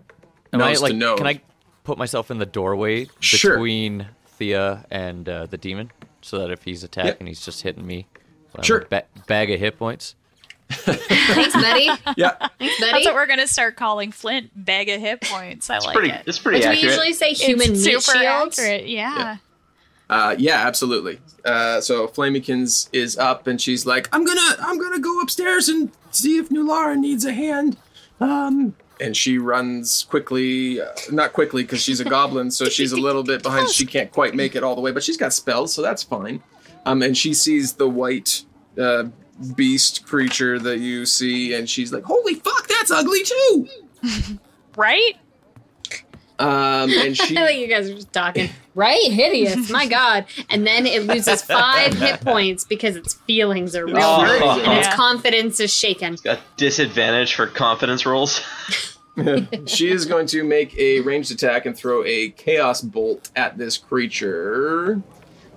Am nose I, like, to nose. Can I put myself in the doorway Sure. between Thea and uh, the demon so that if he's attacking, he's just hitting me? I'm a Sure. Ba- bag of hit points. Thanks, buddy. Yeah. Thanks, That's buddy. what we're gonna start calling Flint. Bag of hit points. I like Pretty, it. it's pretty Which we accurate. usually say human it's meat super shields. accurate. Yeah. Uh, yeah, absolutely. Uh, so Flamikins is up, and she's like, "I'm gonna, I'm gonna go upstairs and see if Nulara needs a hand." Um, and she runs quickly. Uh, not quickly because she's a goblin, so she's a little bit behind. She can't quite make it all the way, but she's got spells, so that's fine. Um, and she sees the white uh, beast creature that you see, and she's like, "Holy fuck, that's ugly too!" right? Um, and she I like you guys are just talking. Right? Hideous. My God. And then it loses five hit points because its feelings are real Oh. hurt and its Yeah. confidence is shaken. Got disadvantage for confidence rolls. she is going to make a ranged attack and throw a chaos bolt at this creature,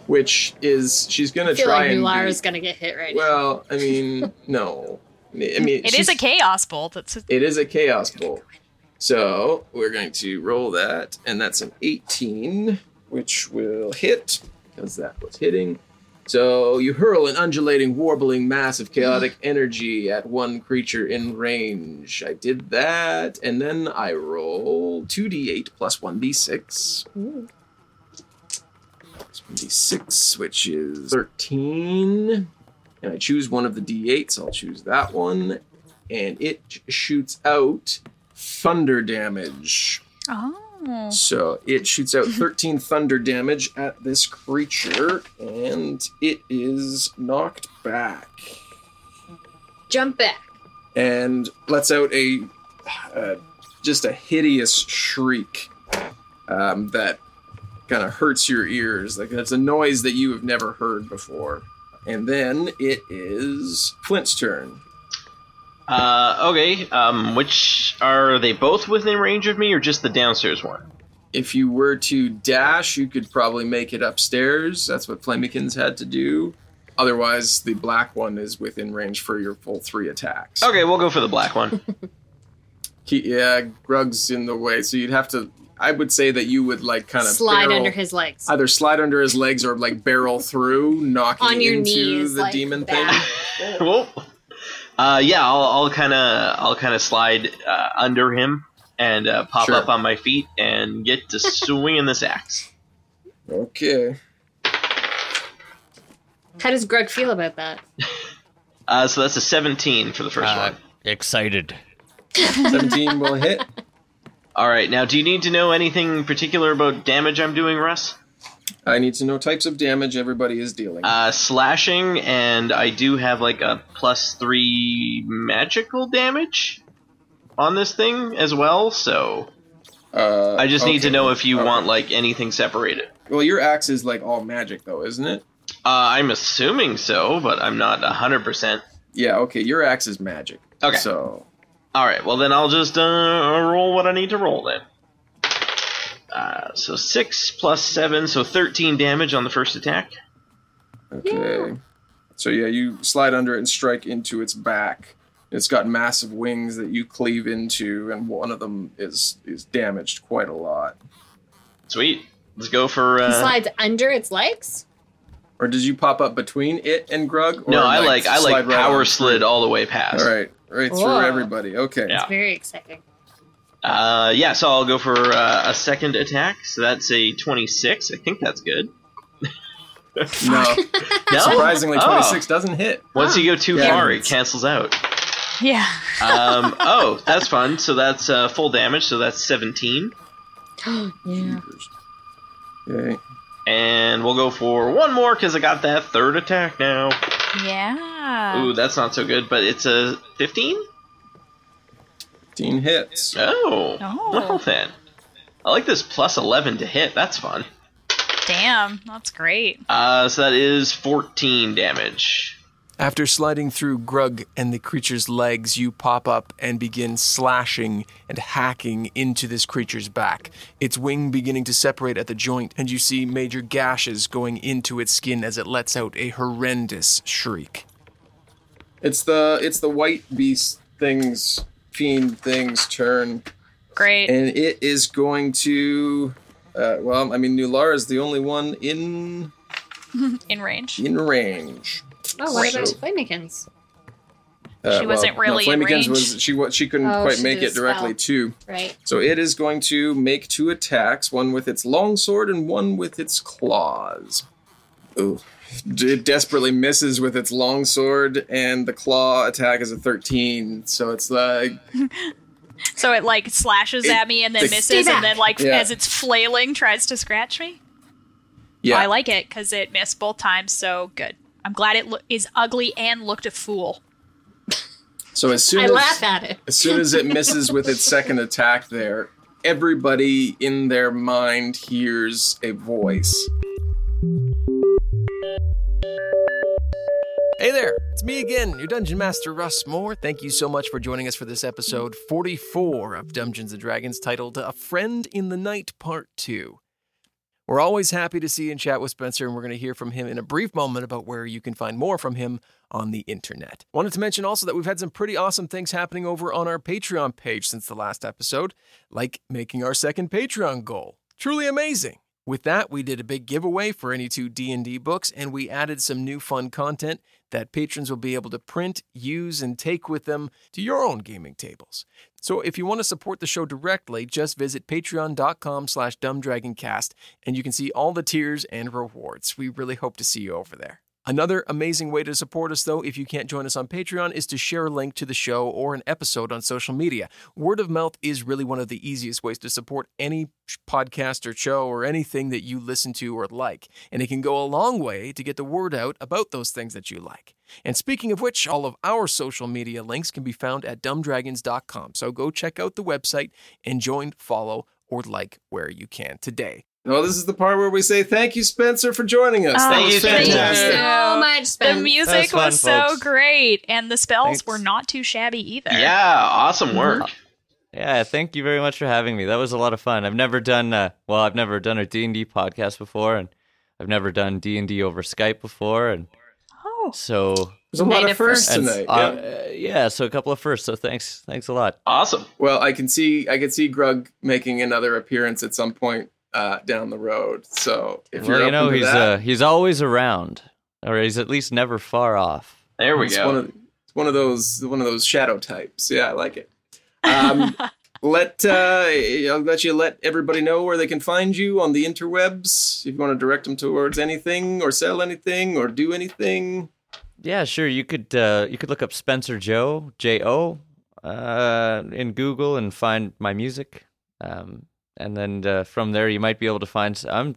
which is she's going to I feel try like and. Nulara's be- going to get hit right now. well, I mean, no, I mean It is she's- a chaos bolt. It's a, It is a chaos bolt. So we're going to roll that, and that's an 18, which will hit because that was hitting. So you hurl an undulating, warbling mass of chaotic energy at one creature in range. I did that, and then I roll 2d8 plus 1d6. Plus 1d6, which is 13. And I choose one of the d8s. I'll choose that one, and it j- shoots out thunder damage. oh, So it shoots out 13 thunder damage at this creature, and it is knocked back Jump back. and lets out a uh, just a hideous shriek um, that kind of hurts your ears. Like that's a noise that you have never heard before. And then it is Flint's turn. Uh, okay. Um, which are they both within range of me, or just the downstairs one? if you were to dash, you could probably make it upstairs. That's what Flemikins had to do. Otherwise, the black one is within range for your full three attacks. Okay, we'll go for the black one. He, yeah, Grug's in the way, so you'd have to. I would say that you would like kind of Slide barrel- under his legs. either slide under his legs or like barrel through, knocking On your into knees. the like demon that. thing. Whoa. Uh, yeah, I'll, I'll kind of I'll kind of slide uh, under him and uh, pop Sure. up on my feet and get to swinging this axe. Okay, How does Greg feel about that? Uh, so that's a 17 for the first Uh, one. excited. seventeen will hit. All right, now do you need to know anything particular about damage I'm doing, Russ? I need to know types of damage everybody is dealing. Uh, slashing, and I do have like a plus three magical damage on this thing as well. So Uh, I just need to okay. know if you Okay. want like anything separated. Well, your axe is like all magic though, isn't it? Uh, I'm assuming so, but I'm not hundred percent. Yeah, okay, your axe is magic. Okay. So All right, well then I'll just uh, roll what I need to roll then. Uh, so six plus seven, so thirteen damage on the first attack. okay. So yeah, you slide under it and strike into its back. It's got massive wings that you cleave into, and one of them is is damaged quite a lot. Sweet. Let's go for. He Uh-huh. Uh, slides under its legs? Or did you pop up between it and Grug? Or no, I like I like slide right power on? slid all the way past. All right, right through Whoa. everybody. Okay. Yeah. Very exciting. Uh, yeah, so I'll go for uh, a second attack. So that's a 26. I think that's good. No, No? surprisingly, Oh. twenty six doesn't hit. Once you go too Yeah. far, it cancels out. yeah. Um, oh, that's fun. So that's uh, full damage. So that's 17. yeah. Okay. And we'll go for one more because I got that third attack now. Yeah. Ooh, that's not so good, but it's a 15? Fifteen hits. Oh. Oh. Well then. I like this plus 11 to hit. That's fun. Damn, that's great. Uh, so that is 14 damage. After sliding through Grug and the creature's legs, you pop up and begin slashing and hacking into this creature's back, its wing beginning to separate at the joint, and you see major gashes going into its skin as it lets out a horrendous shriek. It's the it's the white beast things fiend things turn. Great. and it is going to. Uh, well, I mean, Nulara is the only one in in range. in range. Oh, what about Flamekins? Uh, She wasn't really in Flamikins range. Was, she wa- she couldn't Oh, quite she make did it a directly spell. too. Right. So it is going to make two attacks: one with its long sword and one with its claws. Ooh, D- it desperately misses with its long sword, and the claw attack is a thirteen. So it's like So it like slashes It- at me and then the- misses, and then like Yeah. as it's flailing tries to scratch me. Yeah. I like it because it missed both times. So good. I'm glad it lo- is ugly and looked a fool. so as soon I as laugh at it. as soon as it misses with its second attack there, everybody in their mind hears a voice. Hey there, it's me again, your Dungeon Master Russ Moore. Thank you so much for joining us for this episode 44 of Dungeons and Dragons titled A Friend in the Night Part 2. We're always happy to see and chat with Spencer, and we're going to hear from him in a brief moment about where you can find more from him on the internet. Wanted to mention also that we've had some pretty awesome things happening over on our Patreon page since the last episode, like making our second Patreon goal. Truly amazing. With that, we did a big giveaway for any two D&D books and we added some new fun content that patrons will be able to print, use, and take with them to your own gaming tables. So if you want to support the show directly, just visit patreon.com slash dumbdragoncast and you can see all the tiers and rewards. We really hope to see you over there. Another amazing way to support us, though, if you can't join us on Patreon, is to share a link to the show or an episode on social media. Word of mouth is really one of the easiest ways to support any sh- podcast or show or anything that you listen to or like. And it can go a long way to get the word out about those things that you like. And speaking of which, all of our social media links can be found at dumbdragons.com. So go check out the website and join, follow, or like where you can today. No, this is the part where we say thank you, Spencer, for joining us. that Oh, was thank you. fantastic. so much, The Spencer. music fun, was so folks. great, and the spells Thanks. were not too shabby either. Yeah, Mm-hmm. awesome work. Yeah, thank you very much for having me. That was a lot of fun. I've never done uh, well, I've never done a D&D podcast before and I've never done D&D over Skype before and Oh, so There's a lot Made of it firsts and, tonight. uh, yeah. uh, yeah, so a couple of firsts. So thanks thanks a lot. Awesome. Well, I can see I can see Grug making another appearance at some point uh, down the road. So if well, you're you open know to he's that, uh, he's always around or he's at least never far off. There we it's go. One of, it's one of those one of those shadow types. Yeah, I like it. Um, let uh, I'll let you let everybody know where they can find you on the interwebs. If you want to direct them towards anything, or sell anything, or do anything. Yeah, sure. You could uh, you could look up Spencer Joe J O uh, in Google and find my music, um, and then uh, from there you might be able to find. s- I'm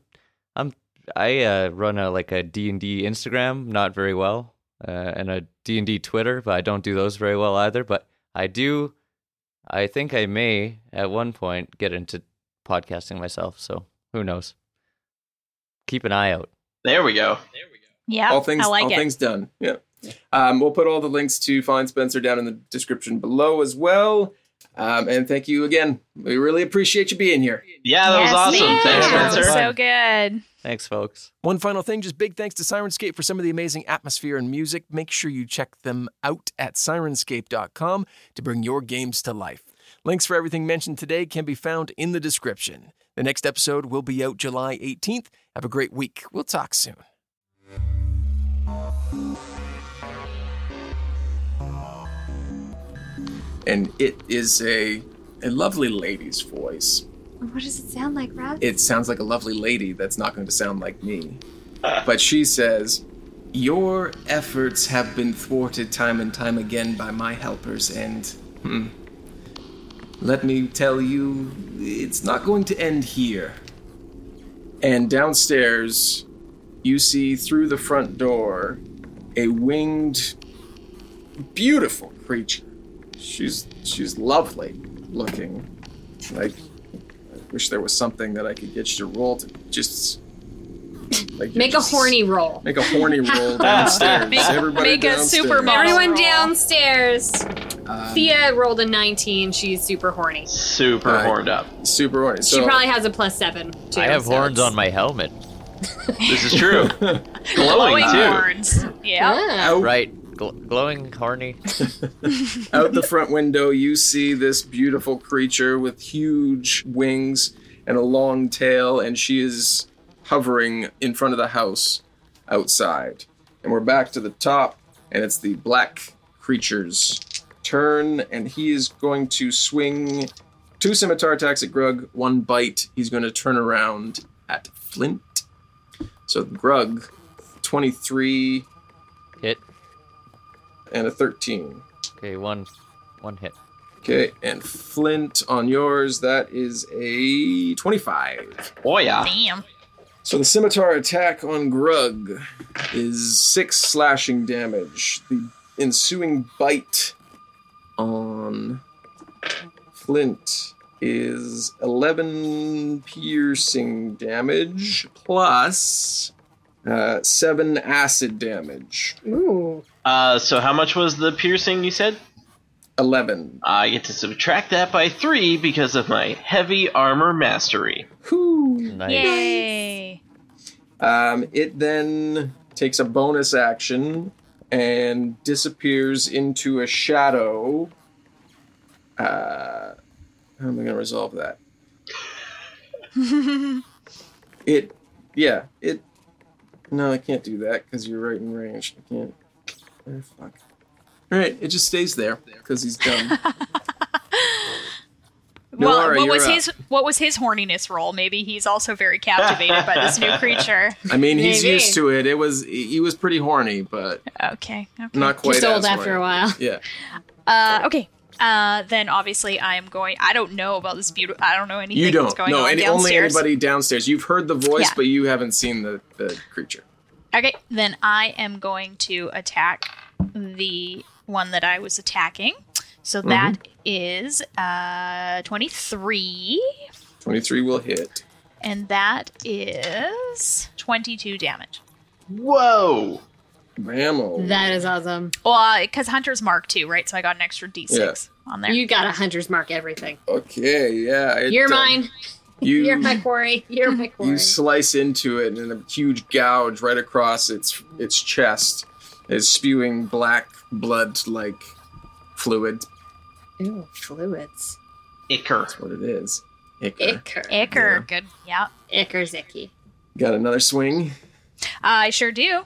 I'm I uh, run a like a D and D Instagram, not very well, uh, and a D and D Twitter, but I don't do those very well either. But I do. I think I may at one point get into podcasting myself. So who knows? Keep an eye out. There we go. yeah. all things I like all it. things done. Yeah. Um, we'll put all the links to find Spencer down in the description below as well. Um, and thank you again. We really appreciate you being here. Yeah, that Yes, was awesome. ma'am. Thanks, Yeah. Spencer. That was so good. Thanks, folks. One final thing, just big thanks to Sirenscape for some of the amazing atmosphere and music. Make sure you check them out at sirenscape.com to bring your games to life. Links for everything mentioned today can be found in the description. The next episode will be out July 18th. Have a great week. We'll talk soon. And it is a a lovely lady's voice. What does it sound like, Rob? It sounds like a lovely lady that's not going to sound like me. But she says, "Your efforts have been thwarted time and time again by my helpers and hmm, let me tell you, it's not going to end here." And downstairs, you see through the front door a winged, beautiful creature. She's she's lovely looking. Like, I wish there was something that I could get you to roll to just like Make a just- horny roll. make a horny roll downstairs. Make- Everybody make a downstairs. supermodel. Everyone roll. downstairs. Um, Thea rolled a 19. She's super horny. Super Alright. horned up. Super horny. So she probably has a plus seven. Too, I have so horns it's- on my helmet. This is true. Glowing Glowing too. horns. Yeah. Yeah. out Right, Gl- glowing horny. out the front window, you see this beautiful creature with huge wings and a long tail, and she is hovering in front of the house outside. And we're back to the top, and it's the black creature's turn, and he is going to swing two scimitar attacks at Grug, one bite. He's going to turn around at Flint. So Grug, 23 Hit. and a 13. Okay, one, one hit. Okay, and Flint on yours, that is a 25. Oh yeah. Damn. So the scimitar attack on Grug is six slashing damage. The ensuing bite on Flint is 11 piercing damage plus uh, seven acid damage. Uh, so how much was the piercing you said? 11. I get to subtract that by three because of my heavy armor mastery. Nice. Yay. Um, it then takes a bonus action and disappears into a shadow. Uh, how am I going to resolve that? it, yeah, it. No, I can't do that because you're right in range. I can't. Oh, fuck. All right, it just stays there because he's dumb. well, Nora, what was you're up. his what was his horniness role? Maybe he's also very captivated by this new creature. I mean, he's Maybe. used to it. It was he was pretty horny, but Okay. Okay. not quite. Just old as after horny. a while. Yeah. Uh, okay. Uh, then obviously I am going. I don't know about this beautiful. I don't know anything You don't. that's going no, on and only downstairs. anybody downstairs. You've heard the voice, Yeah. but you haven't seen the, the creature. Okay, then I am going to attack the one that I was attacking. So Mm-hmm. that is uh, 23, 23 will hit. and that is 22 damage. Whoa! Rammo. That is awesome. Well, because Hunter's Mark too, right? So I got an extra d6 on there. You got a hunter's mark everything. Okay, yeah. it, You're uh, mine. You, You're my quarry. You're my you quarry. slice into it, and a huge gouge right across its its chest is spewing black blood like fluid. Ew, fluids. Icker. That's what it is. Icker. Icker. Icker, good. Yeah. Icker Zicky. Got another swing. I sure do.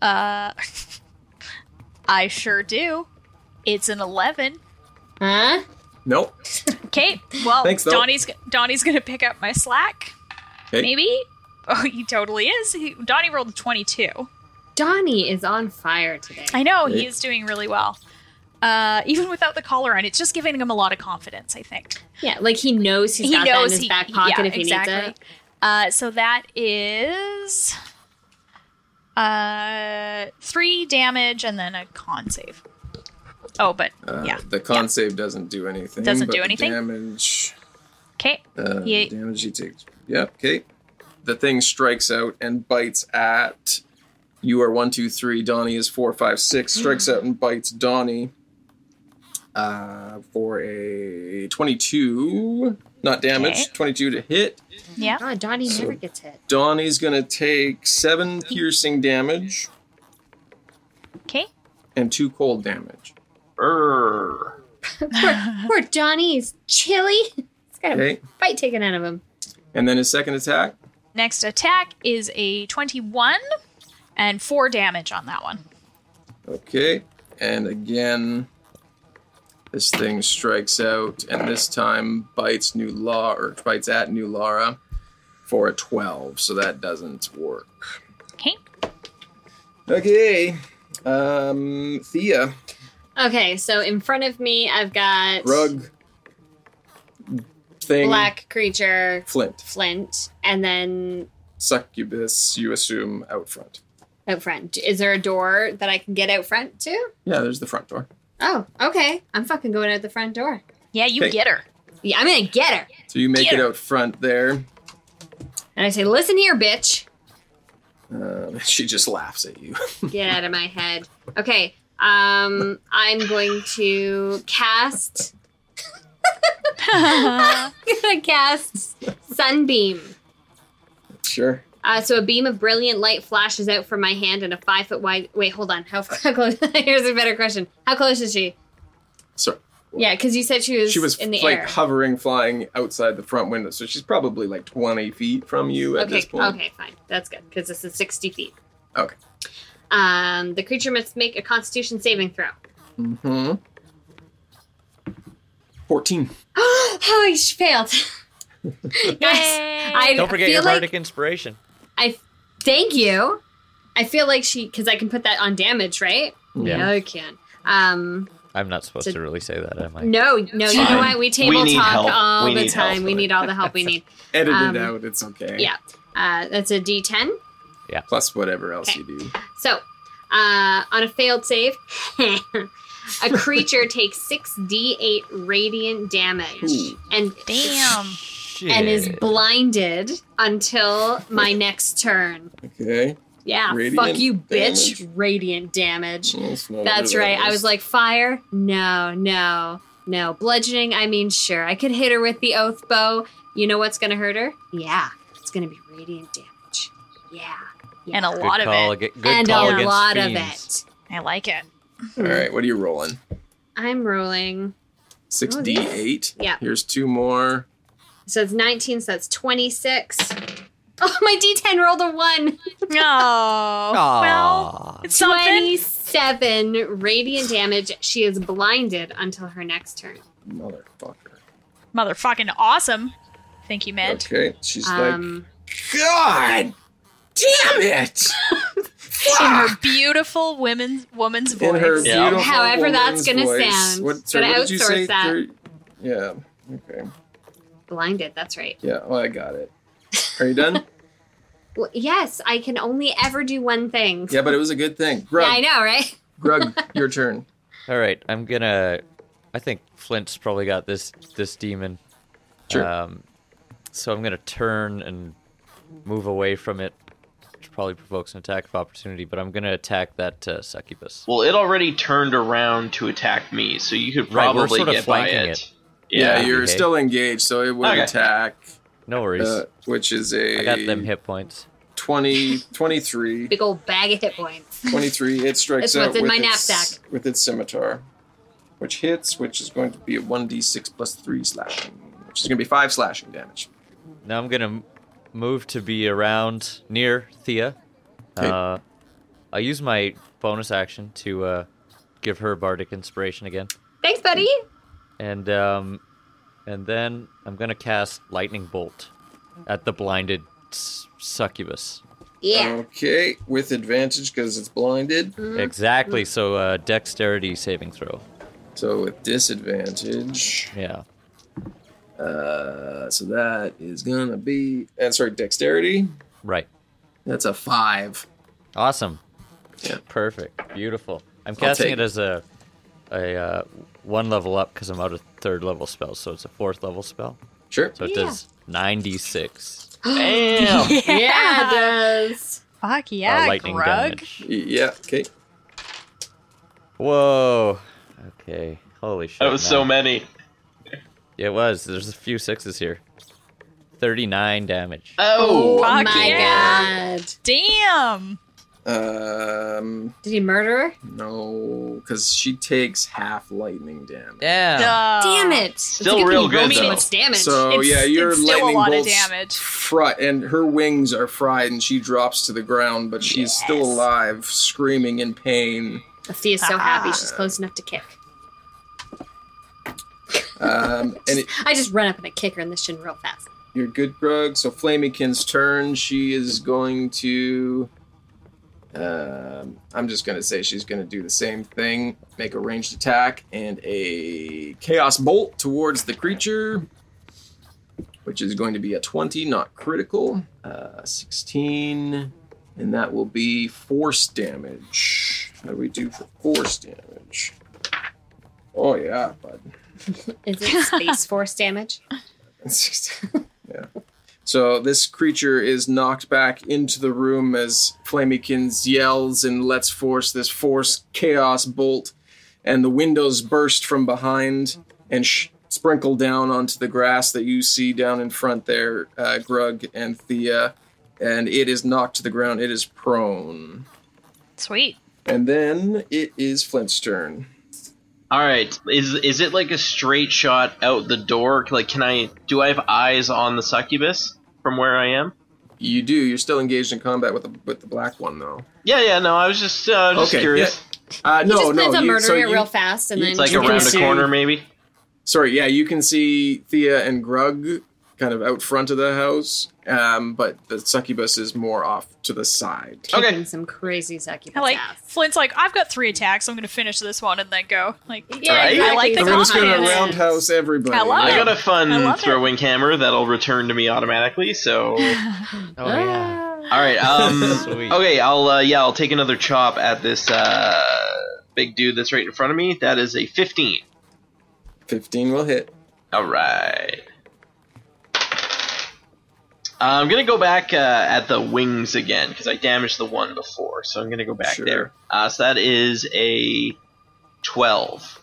Uh, I sure do. It's an 11. Huh? Nope. Okay, well, Thanks, though. Donnie's Donnie's gonna pick up my slack. Okay. Maybe. Oh, he totally is. He, Donnie rolled a twenty-two. Donnie is on fire today. I know he is doing really well, uh, even without the collar on. It's just giving him a lot of confidence. I think Yeah, like he knows he's he got that in knows his he back pocket yeah, if he exactly. needs it. Uh, so that is uh, three damage and then a con save. Oh, but Uh, yeah, The con save doesn't do anything. Doesn't but do the anything? Damage. okay. Uh, He- damage he takes. Yep. Okay. The thing strikes out and bites at. You are one, two, three. Donnie is four, five, six. Strikes out and bites Donnie. Uh, for a twenty-two, not damage. Okay. Twenty-two to hit. yeah. God, Ah, Donnie never gets hit. Donnie's gonna take seven piercing damage Okay. and two cold damage. Err. Poor Donnie is chilly. He's got a Okay. bite taken out of him. And then his second attack. Next attack is a 21 and 4 damage on that one. Okay. And again, this thing strikes out, and this time bites new law or bites at new Lara for a 12, so that doesn't work. Okay. Okay. Um Thea. Okay, so in front of me, I've got Rug thing black creature Flint. Flint, and then Succubus, you assume out front. out front. Is there a door that I can get out front to? Yeah, there's the front door. Oh, okay. I'm fucking going out the front door. Yeah, you Okay. get her. Yeah, I'm gonna get her. So you make Get it her. out front there. And I say, "Listen here, bitch. Um, she just laughs at you. Get out of my head." Okay. Um, I'm going to cast. I'm gonna cast sunbeam. sure. Uh, so a beam of brilliant light flashes out from my hand, and a five foot wide. Wait, hold on. How, how close? Here's a better question. How close is she? So Yeah, because you said she was. she was in the like air. hovering, flying outside the front window, so she's probably like twenty feet from you at okay, this point. okay, fine. That's good because this is sixty feet. Okay. Um, the creature must make a Constitution saving throw. Mm-hmm. Fourteen. oh, she failed. yes, Yay. I Don't forget your feel like bardic inspiration. I thank you. I feel like she because I can put that on damage, right? Yeah. I can. Um, I'm not supposed So- to really say that, am I? No, no, you know Fine. what? We table need talk help. all We the need help time. We with need all the help we need. Edit Um, it out. It's okay. Yeah. Uh, that's a D10. Plus whatever else Okay. you do. So, uh, on a failed save, a creature takes 6d8 radiant damage and Damn. and is blinded until my next turn. Okay. Yeah, fuck Radiant you, bitch. Radiant damage. Oh, Well, it's not That's what it right. I is. was like, fire? No, no, no. Bludgeoning? I mean, sure. I could hit her with the oath bow. You know what's going to hurt her? Yeah, it's going to be radiant damage. Yeah. yeah. And a Good lot of call it. aga- good and call a against lot fiends. of it. I like it. all mm. right, what are you rolling? I'm rolling. Six Oh, D eight. yeah. Here's two more. So it's 19, so that's 26. Oh, my D10 rolled a 1. Oh, well, it's something. 27 radiant damage. She is blinded until her next turn. Motherfucker. Motherfucking awesome. Thank you, Med. Okay. She's Um, like, God damn it! In her beautiful women's woman's In voice. her Yeah. beautiful However that's woman's gonna voice. sound. What, sorry, Gonna what did you outsource say? that. Thir- yeah. Okay. blinded, that's right. Yeah. Well, I got it. Are you done? Well, yes, I can only ever do one thing. yeah, but it was a good thing. Grug, Yeah, I know, right? Grug, your turn. All right, I'm gonna. I think Flint's probably got this this demon. Sure. Um, so I'm gonna turn and move away from it, which probably provokes an attack of opportunity. But I'm gonna attack that uh, succubus. Well, it already turned around to attack me, so you could Right, we're probably sort of get by it. flanking it. Yeah, Yeah, you're okay. still engaged, so it would Okay. attack, No worries. uh, which is a I got them hit points. 20, 23, Big old bag of hit points. 23. It strikes It's out what's in with my its, knapsack. with its scimitar, which hits, which is going to be a 1d6 plus 3 slashing, which is going to be 5 slashing damage. Now I'm gonna m- move to be around near Thea. Okay. Uh, I use my bonus action to uh, give her bardic inspiration again. Thanks, buddy. and um, and then I'm gonna cast lightning bolt at the blinded s- succubus. Oh. Yeah. Mm-hmm. Okay, with advantage because it's blinded. Exactly. So uh, dexterity saving throw. So with disadvantage. Yeah. Uh, so that is going to be. And sorry, dexterity. Right. That's a 5. Awesome. Yeah. Perfect. Beautiful. I'm casting take it it. as a a uh, one level up because I'm out of third level spells, so it's a fourth level spell. Sure. So it does uh, 96 Yeah, Damn. it does. Fuck uh, yeah, lightning Grug. damage. Yeah, okay. Whoa. Okay. Holy shit. that was man. so many. It was. There's a few sixes here. 39 damage. Oh, Fuck My yeah. God. Oh. Damn. Um, Did he murder her? no, because she takes half lightning damage. Damn. Duh. Damn it. It's Still gonna real be good, roaming though. much damage. So It's- yeah, your it's still a lightning lot of bolts damage. fry- and her wings are fried, and she drops to the ground, but she's still alive, screaming in pain. Thea's so Ah. happy she's close enough to kick. Um, and it, I just run up and I kick her in the shin real fast. you're good, Grug. So Flamykin's turn. She is going to. Um, I'm just gonna say she's gonna do the same thing: make a ranged attack and a chaos bolt towards the creature, which is going to be a 20, not critical, uh, 16, and that will be force damage. How do we do for force damage? Oh yeah, bud. Is it space force damage? yeah. So this creature is knocked back into the room as Flamykins yells and lets force this force chaos bolt, and the windows burst from behind and sh- sprinkle down onto the grass that you see down in front there, uh, Grug and Thea, and it is knocked to the ground. It is prone, Sweet. and then it is Flint's turn. All right. Is is it like a straight shot out the door? Like, can I? Do I have eyes on the succubus from where I am? You do. You're still engaged in combat with the with the black one though. Yeah, yeah. No, I was just uh, just Okay, curious. Uh, no, he just plans no. on you- murdering so her you- real fast and you- then It's like you a can around see- a corner, maybe. Sorry, yeah, you can see Thea and Grug kind of out front of the house, um, but the succubus is more off to the side. Okay. Kicking some crazy succubus I like ass. Flint's like, I've got three attacks. I'm gonna finish this one and then go. Like, Yeah, Alright. exactly. I like the He's We're just going to confident. roundhouse everybody. Hello. I got a I fun love it. throwing camera that'll return to me automatically. So, all Oh yeah. right. Um, Ah. Sweet. okay, I'll uh, yeah, I'll take another chop at this uh, big dude that's right in front of me. That is a fifteen. Fifteen will hit. All right. I'm gonna go back uh, at the wings again because I damaged the one before, so I'm gonna go back Sure. there. Uh, so that is a twelve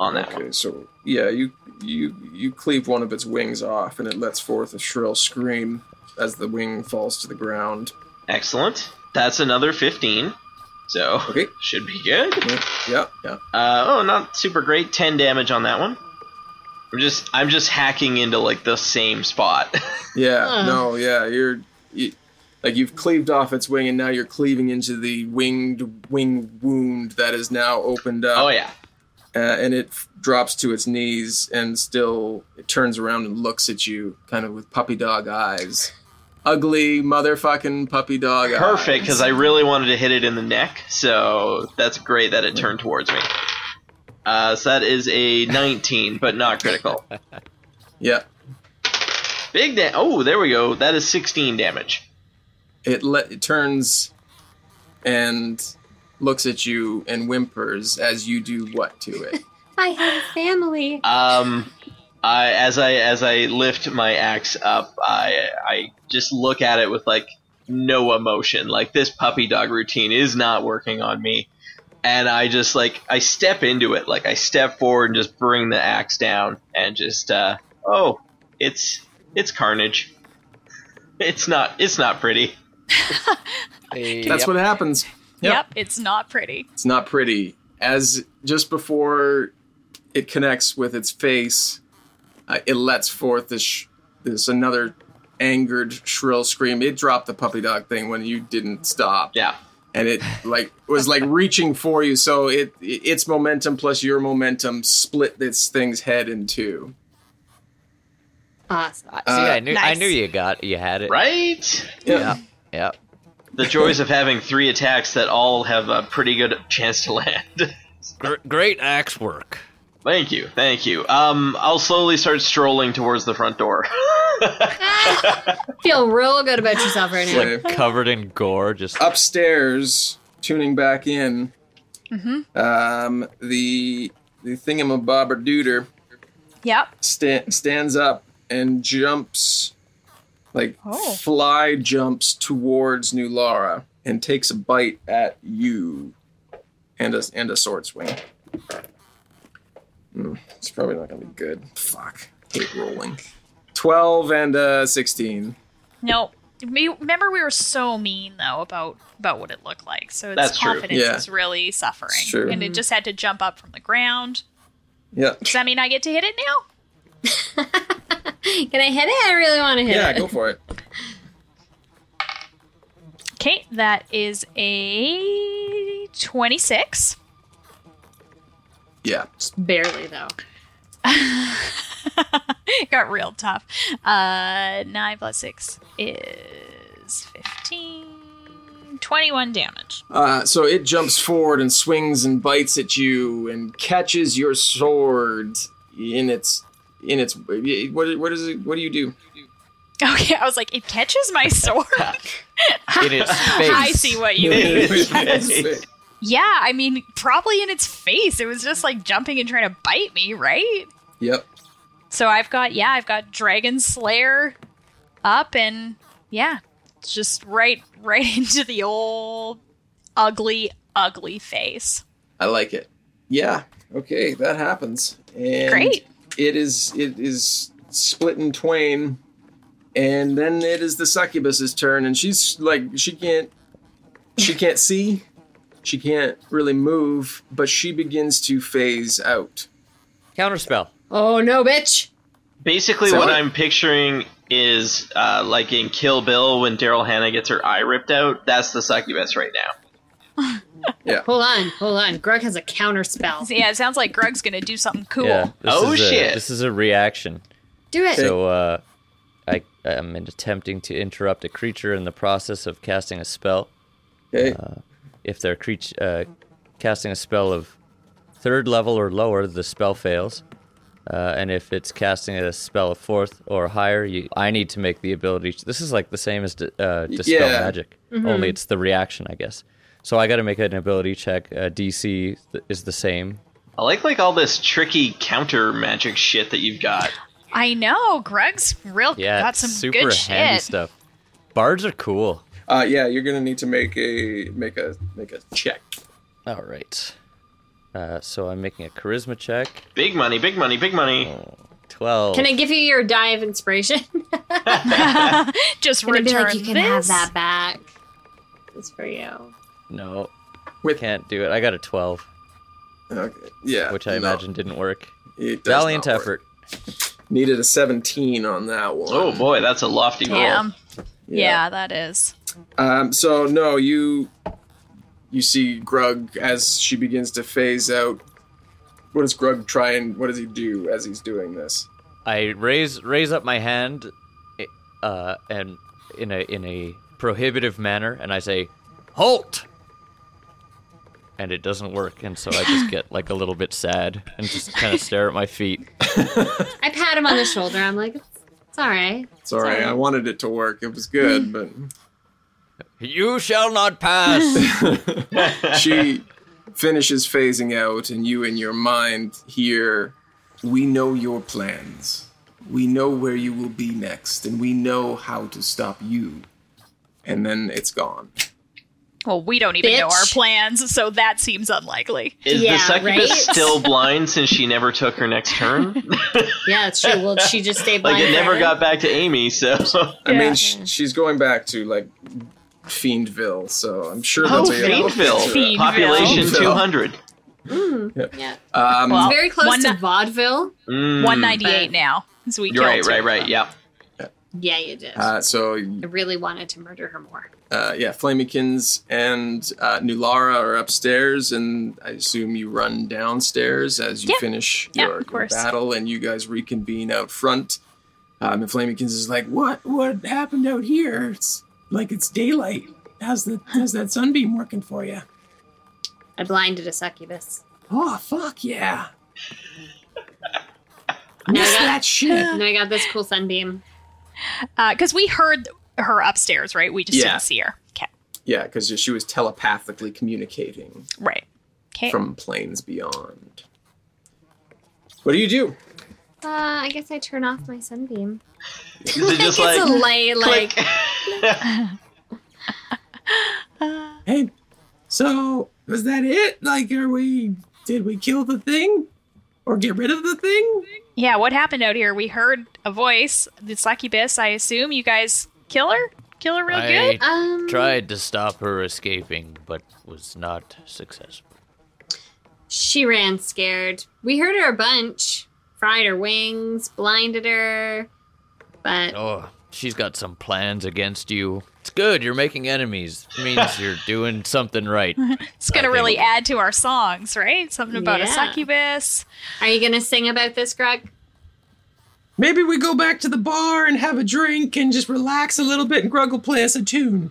on that one. Okay, so yeah, you you you cleave one of its wings off, and it lets forth a shrill scream as the wing falls to the ground. Excellent. That's another fifteen. So Okay. should be good. Yeah, yeah. Uh, oh, not super great. Ten damage on that one. I'm just I'm just hacking into like the same spot. Yeah, no, yeah, you're you, like you've cleaved off its wing, and now you're cleaving into the winged wing wound that is now opened up. oh yeah. uh, and it f- drops to its knees and still it turns around and looks at you, kind of with puppy dog eyes, ugly motherfucking puppy dog eyes. Perfect, because I really wanted to hit it in the neck, so that's great that it turned towards me. Uh, so that is a 19, but not critical. Yeah, Big da- Oh, there we go. That is 16 damage. it le- it turns and looks at you and whimpers as you do what to it? I have a family. Um, I, as I as I lift my axe up, I I just look at it with like no emotion. Like this puppy dog routine is not working on me, and I just like I step into it. Like I step forward and just bring the axe down, and just uh, oh, it's it's carnage. It's not it's not pretty. That's what happens. yep. it's not pretty. It's not pretty. As just before it connects with its face, uh, it lets forth this sh- this another angered shrill scream. It dropped the puppy dog thing when you didn't stop. Yeah. And it like was like reaching for you, so it its momentum plus your momentum split this thing's head in two. Awesome. See, I knew I nice. knew you got you had it. uh, Right? Yeah. Yeah. The joys of having three attacks that all have a pretty good chance to land. Gr- great axe work. Thank you, thank you. Um, I'll slowly start strolling towards the front door. Feel real good about yourself right now. Okay. Covered in gore, just Uh, upstairs, tuning back in, um, the the thingamabobber dooter Yep. sta- stands up and jumps, like Oh. fly jumps towards New Lara and takes a bite at you, and a and a sword swing. Hmm, it's probably not gonna be good. Fuck, hate rolling. Twelve and uh, sixteen. No. Me, remember we were so mean though about about what it looked like. So its That's true. confidence Yeah. is really suffering, It's true. and it just had to jump up from the ground. Yeah, Does that mean I get to hit it now? Can I hit it? I really want to hit yeah, it. go for it. Okay, that is a twenty-six. Yeah, Barely though. it got real tough. Uh, 9 plus 6 is 15. 21 damage. Uh, so it jumps forward and swings and bites at you and catches your sword in its in its what what is it what do you do? Okay, I was like, it catches my sword. in its face. I see what you mean. Yes. Yeah, I mean, probably in its face. It was just like jumping and trying to bite me, right? Yep. So I've got, yeah, I've got Dragon Slayer up and, yeah, it's just right, right into the old ugly, ugly face. I like it. Yeah. Okay, that happens. And Great. It is it is split in twain, and then it is the succubus's turn, and she's like she can't she can't see, she can't really move, but she begins to phase out. Counterspell. Oh no, bitch. Basically, So- what I'm picturing is uh, like in Kill Bill when Daryl Hannah gets her eye ripped out. That's the succubus right now. Hold on, hold on. Greg has a counter spell. So, yeah, it sounds like Greg's going to do something cool. Yeah. this Oh, is a- shit. This is a reaction. Do it. So uh, I am attempting to interrupt a creature in the process of casting a spell. Uh, Okay. If they're creature uh, casting a spell of third level or lower, the spell fails. Uh, and if it's casting a spell of fourth or higher, you, I need to make the ability. This is like the same as di- uh, dispel Yeah. magic, Mm-hmm. only it's the reaction, I guess. So I got to make an ability check. Uh, DC th- is the same. I like like all this tricky counter magic shit that you've got. I know. Greg's real Yeah, got it's some super good handy shit. stuff. Bards are cool. Uh, yeah, you're gonna need to make a make a make a check. All right. Uh, so I'm making a charisma check. Big money, big money, big money. Twelve. Can I give you your die of inspiration? Just Gonna return be like, you can have this." that back. It's for you. No. With- Can't do it. I got a twelve, Okay. Yeah. which I no, imagine didn't work. it does Valiant not work. effort. Needed a 17 on that one. Oh boy, that's a lofty goal. Damn. Yeah. that is. Um, so no, you you see Grug as she begins to phase out. What does Grug try and what does he do as he's doing this? I raise raise up my hand, uh, and in a in a prohibitive manner, and I say, "Halt!" And it doesn't work, and so I just get like a little bit sad and just kind of stare at my feet. I pat him on the shoulder. I'm like, it's, it's all right. It's all right. I wanted it to work. It was good, but You shall not pass. she finishes phasing out, and you in your mind hear, We know your plans. We know where you will be next, and we know how to stop you. And then it's gone. Well, we don't even know our Bitch. plans, so that seems unlikely. Is Yeah, the succubus right? still blind since she never took her next turn? Yeah, it's true. Well, she just stayed like blind it never forever. got back to Amy, so Oh, I mean, sh- she's going back to like Fiendville, so I'm sure Oh, that's a Fiendville. Greenville, population Greenville. two hundred. Yeah. Um, Well, Very close one to ni- vaudeville. One ninety eight But- now. So we Right, killed two right, of right. them. Yeah. Yeah, you did. uh, so I really wanted to murder her more. uh, yeah, Flamekins and uh, Nulara are upstairs, and I assume you run downstairs as you Yeah. finish Yeah, your, of your course. battle, and you guys reconvene out front. Um, and Flamekins is like, "What? What happened out here? It's like it's daylight. How's the how's that sunbeam working for you? I blinded a succubus. Oh fuck yeah! Now I got, That shit. now I got this cool sunbeam. Because Uh, we heard her upstairs, right? We just Yeah. didn't see her. Okay. Yeah, because she was telepathically communicating Right. Okay. from planes beyond. What do you do? Uh, I guess I turn off my sunbeam. Is it just it's a like lay like Hey, so was that it? Like, are we? Did we kill the thing, or get rid of the thing? yeah. What happened out here? We heard a voice. The succubus. I assume you guys kill her. Kill her real I good. um tried to stop her escaping, but was not successful. she ran scared. We hurt her a bunch. Fried her wings, blinded her. But Oh, she's got some plans against you. It's good. You're making enemies. It means you're doing something right. It's gonna think- really add to our songs, right? Something about a Yeah. succubus. are you gonna sing about this, Greg? Maybe we go back to the bar and have a drink and just relax a little bit, and Grug will play us a tune.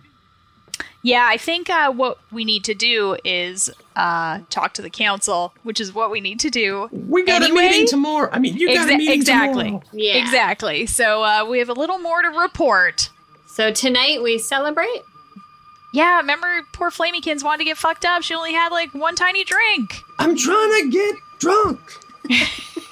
Yeah, I think uh, what we need to do is uh, talk to the council, which is what we need to do. We got Anyway? a meeting tomorrow. I mean, you got a Exa- meeting exactly. tomorrow. Yeah. Exactly. So uh, we have a little more to report. So tonight we celebrate. Yeah, remember poor Flamykins wanted to get fucked up. She only had like one tiny drink. I'm trying to get drunk.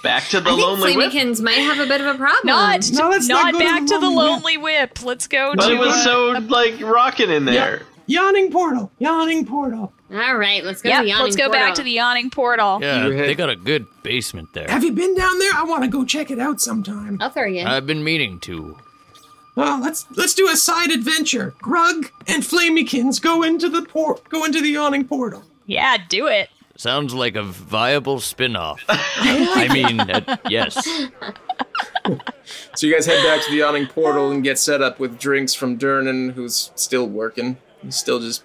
back to the I think lonely whip? Flamekins might have a bit of a problem. Not, no, let's not not go to back the to the lonely lonely whip. Let's go But to it was so like rocking in there. Yawning portal. Yawning portal. All right, let's go. Yep, to the let's go yawning back to portal. the yawning portal. Yeah, You had- they got a good basement there. Have you been down there? I want to go check it out sometime. I'll throw you. in. I've been meaning to. Well, let's let's do a side adventure. Grug and Flamekins go into the port, go into the yawning portal. Yeah, do it. Sounds like a viable spin-off. I mean, uh, yes. So you guys head back to the yawning portal and get set up with drinks from Durnan, who's still working. He's still just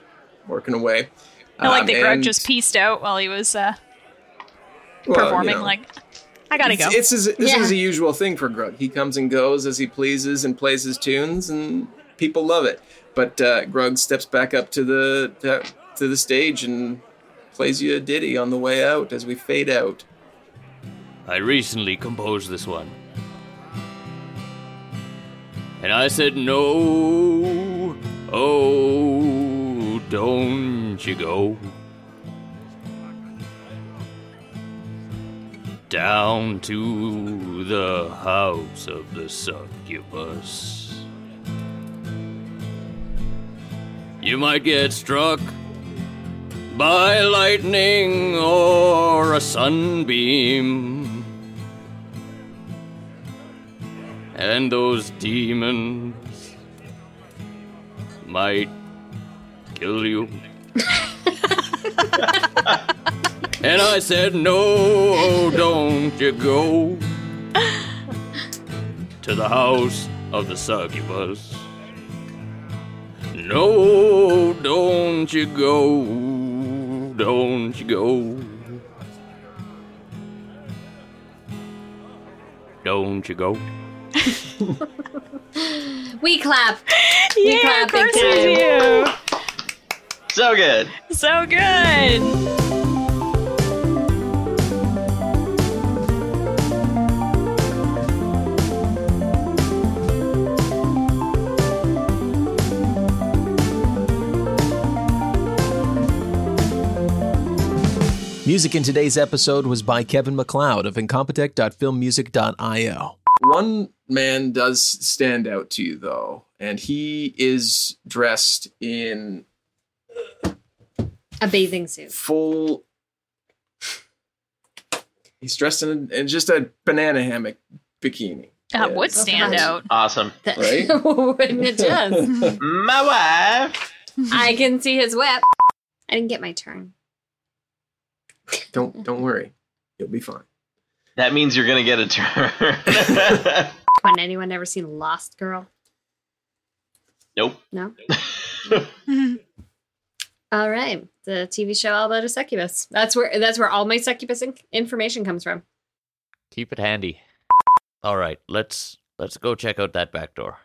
working away. I Um, like that Greg and- just pieced out while he was uh, well, you performing. know, like, I gotta go. It's, it's his, this Yeah. is a usual thing for Grug. He comes and goes as he pleases and plays his tunes, and people love it. But uh, Grug steps back up to the to, to the stage and plays you a ditty on the way out as we fade out. I recently composed this one. And I said, No, oh, don't you go. Down to the house of the succubus. You might get struck by lightning or a sunbeam. And those demons might kill you. and I said, No, don't you go to the house of the succubus. No, don't you go. Don't you go. Don't you go. We clap. yeah, clap of course big we do. So good. So good. Music in today's episode was by Kevin McLeod of incompetech.filmmusic.io. One man does stand out to you though, and he is dressed in A bathing suit. full. He's dressed in, in just a banana hammock bikini. That would Yes. stand Okay. out. Awesome. Right? Wouldn't it just? My wife. I can see his whip. I didn't get my turn. Don't don't worry, you'll be fine. That means you're gonna get a turn. When anyone ever seen Lost Girl? nope. No. all right, the TV show all about a succubus. That's where that's where all my succubus in- information comes from. Keep it handy. All right, let's let's go check out that back door.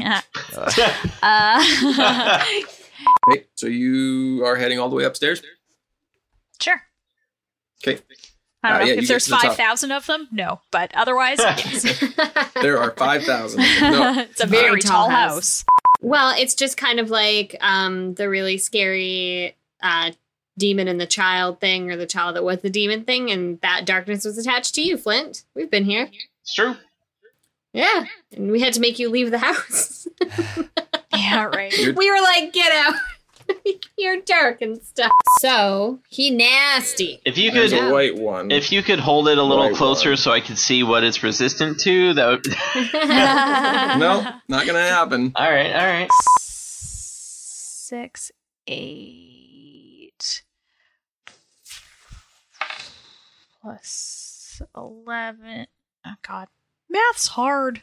Yeah. Uh, Right. So you are heading all the way upstairs. sure. Okay. I don't Uh, know yeah, you if get there's to the top. five thousand of them. No, but otherwise, yes. There are five thousand. No. it's a very, Very tall, tall house. house. Well, it's just kind of like um, the really scary uh, demon and the child thing, or the child that was the demon thing, and that darkness was attached to you, Flint. We've been here. It's true. Yeah. And we had to make you leave the house. Yeah, right. we were like, get out. You're dark and stuff. So he nasty. If you There's a could, white one. if you could hold it a little Right, closer right. so I could see what it's resistant to, that would. no, not gonna happen. all right. All right. Six, eight, plus eleven. Oh God, math's hard.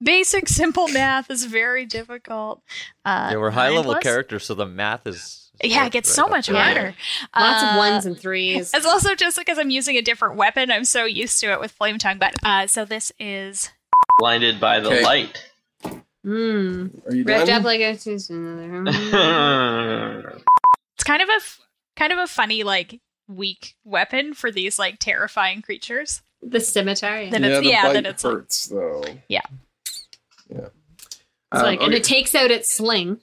Basic, simple math is very difficult. Uh, yeah, we're high nine level plus- characters, so the math is Yeah, it gets so much there. harder. Lots Uh, of ones and threes. It's also just because I'm using a different weapon. I'm so used to it with flame tongue. But uh, so this is Blinded by the Okay. light. Mm. Are you Wrapped done? up like a another. yeah. it's kind of a f- kind of a funny like weak weapon for these like terrifying creatures. the scimitar. Yeah. Then it's- yeah, bite then it's like- hurts though. Yeah. Yeah. It's Um, like, and Oh, okay, it takes out its sling.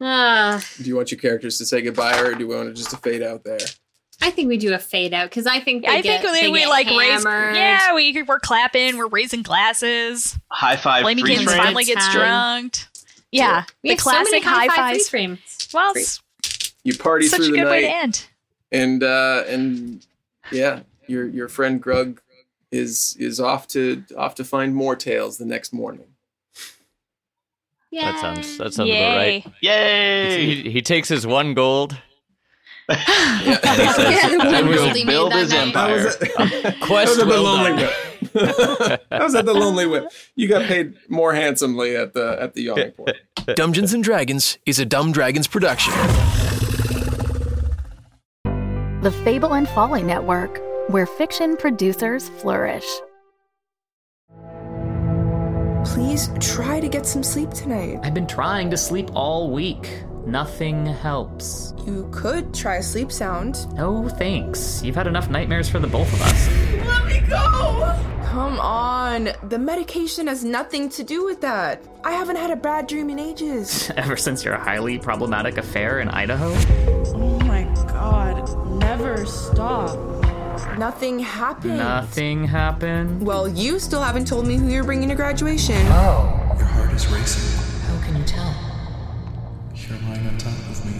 Ah, do you want your characters to say goodbye, or do we want it just to fade out there? I think we do a fade out because I think they I get, think we, they we get like raise. hammered. Yeah, we we're clapping. We're raising glasses. High five. Flamey freeze Kids frame. finally gets Time. drunked. Yeah, we the have so many classic high fives. frame. Well, it's You party such through a the good way to night, end. and uh, and yeah, your your friend Grug is is off to off to find more tails the next morning. Yeah, That sounds that sounds about right. Yay! He, he takes his one gold. Yeah. yeah, the And one we'll gold he build made his that night. empire. I was Quest at the well lonely done. whip. I was at the lonely whip. You got paid more handsomely at the at the yawning port. Dungeons and Dragons is a Dumb Dragons production. the Fable and Folly Network, where fiction producers flourish. Please try to get some sleep tonight. I've been trying to sleep all week. Nothing helps. You could try sleep sound. No thanks. You've had enough nightmares for the both of us. Let me go! Come on. The medication has nothing to do with that. I haven't had a bad dream in ages. Ever since your highly problematic affair in Idaho? oh my god. Never stop. Nothing Hmm. happened. Nothing happened. Well, you still haven't told me who you're bringing to graduation. Oh. Your heart is racing. How can you tell? You're lying on top of me.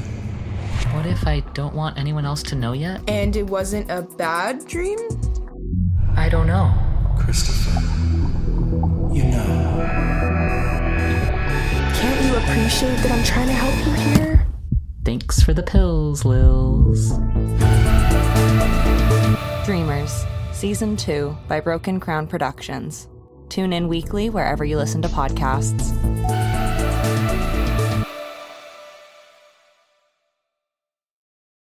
What if I don't want anyone else to know yet? And it wasn't a bad dream? I don't know. Christopher. You know. Can't you appreciate that I'm trying to help you here? Thanks for the pills, Lils. Dreamers, Season 2 by Broken Crown Productions. Tune in weekly wherever you listen to podcasts.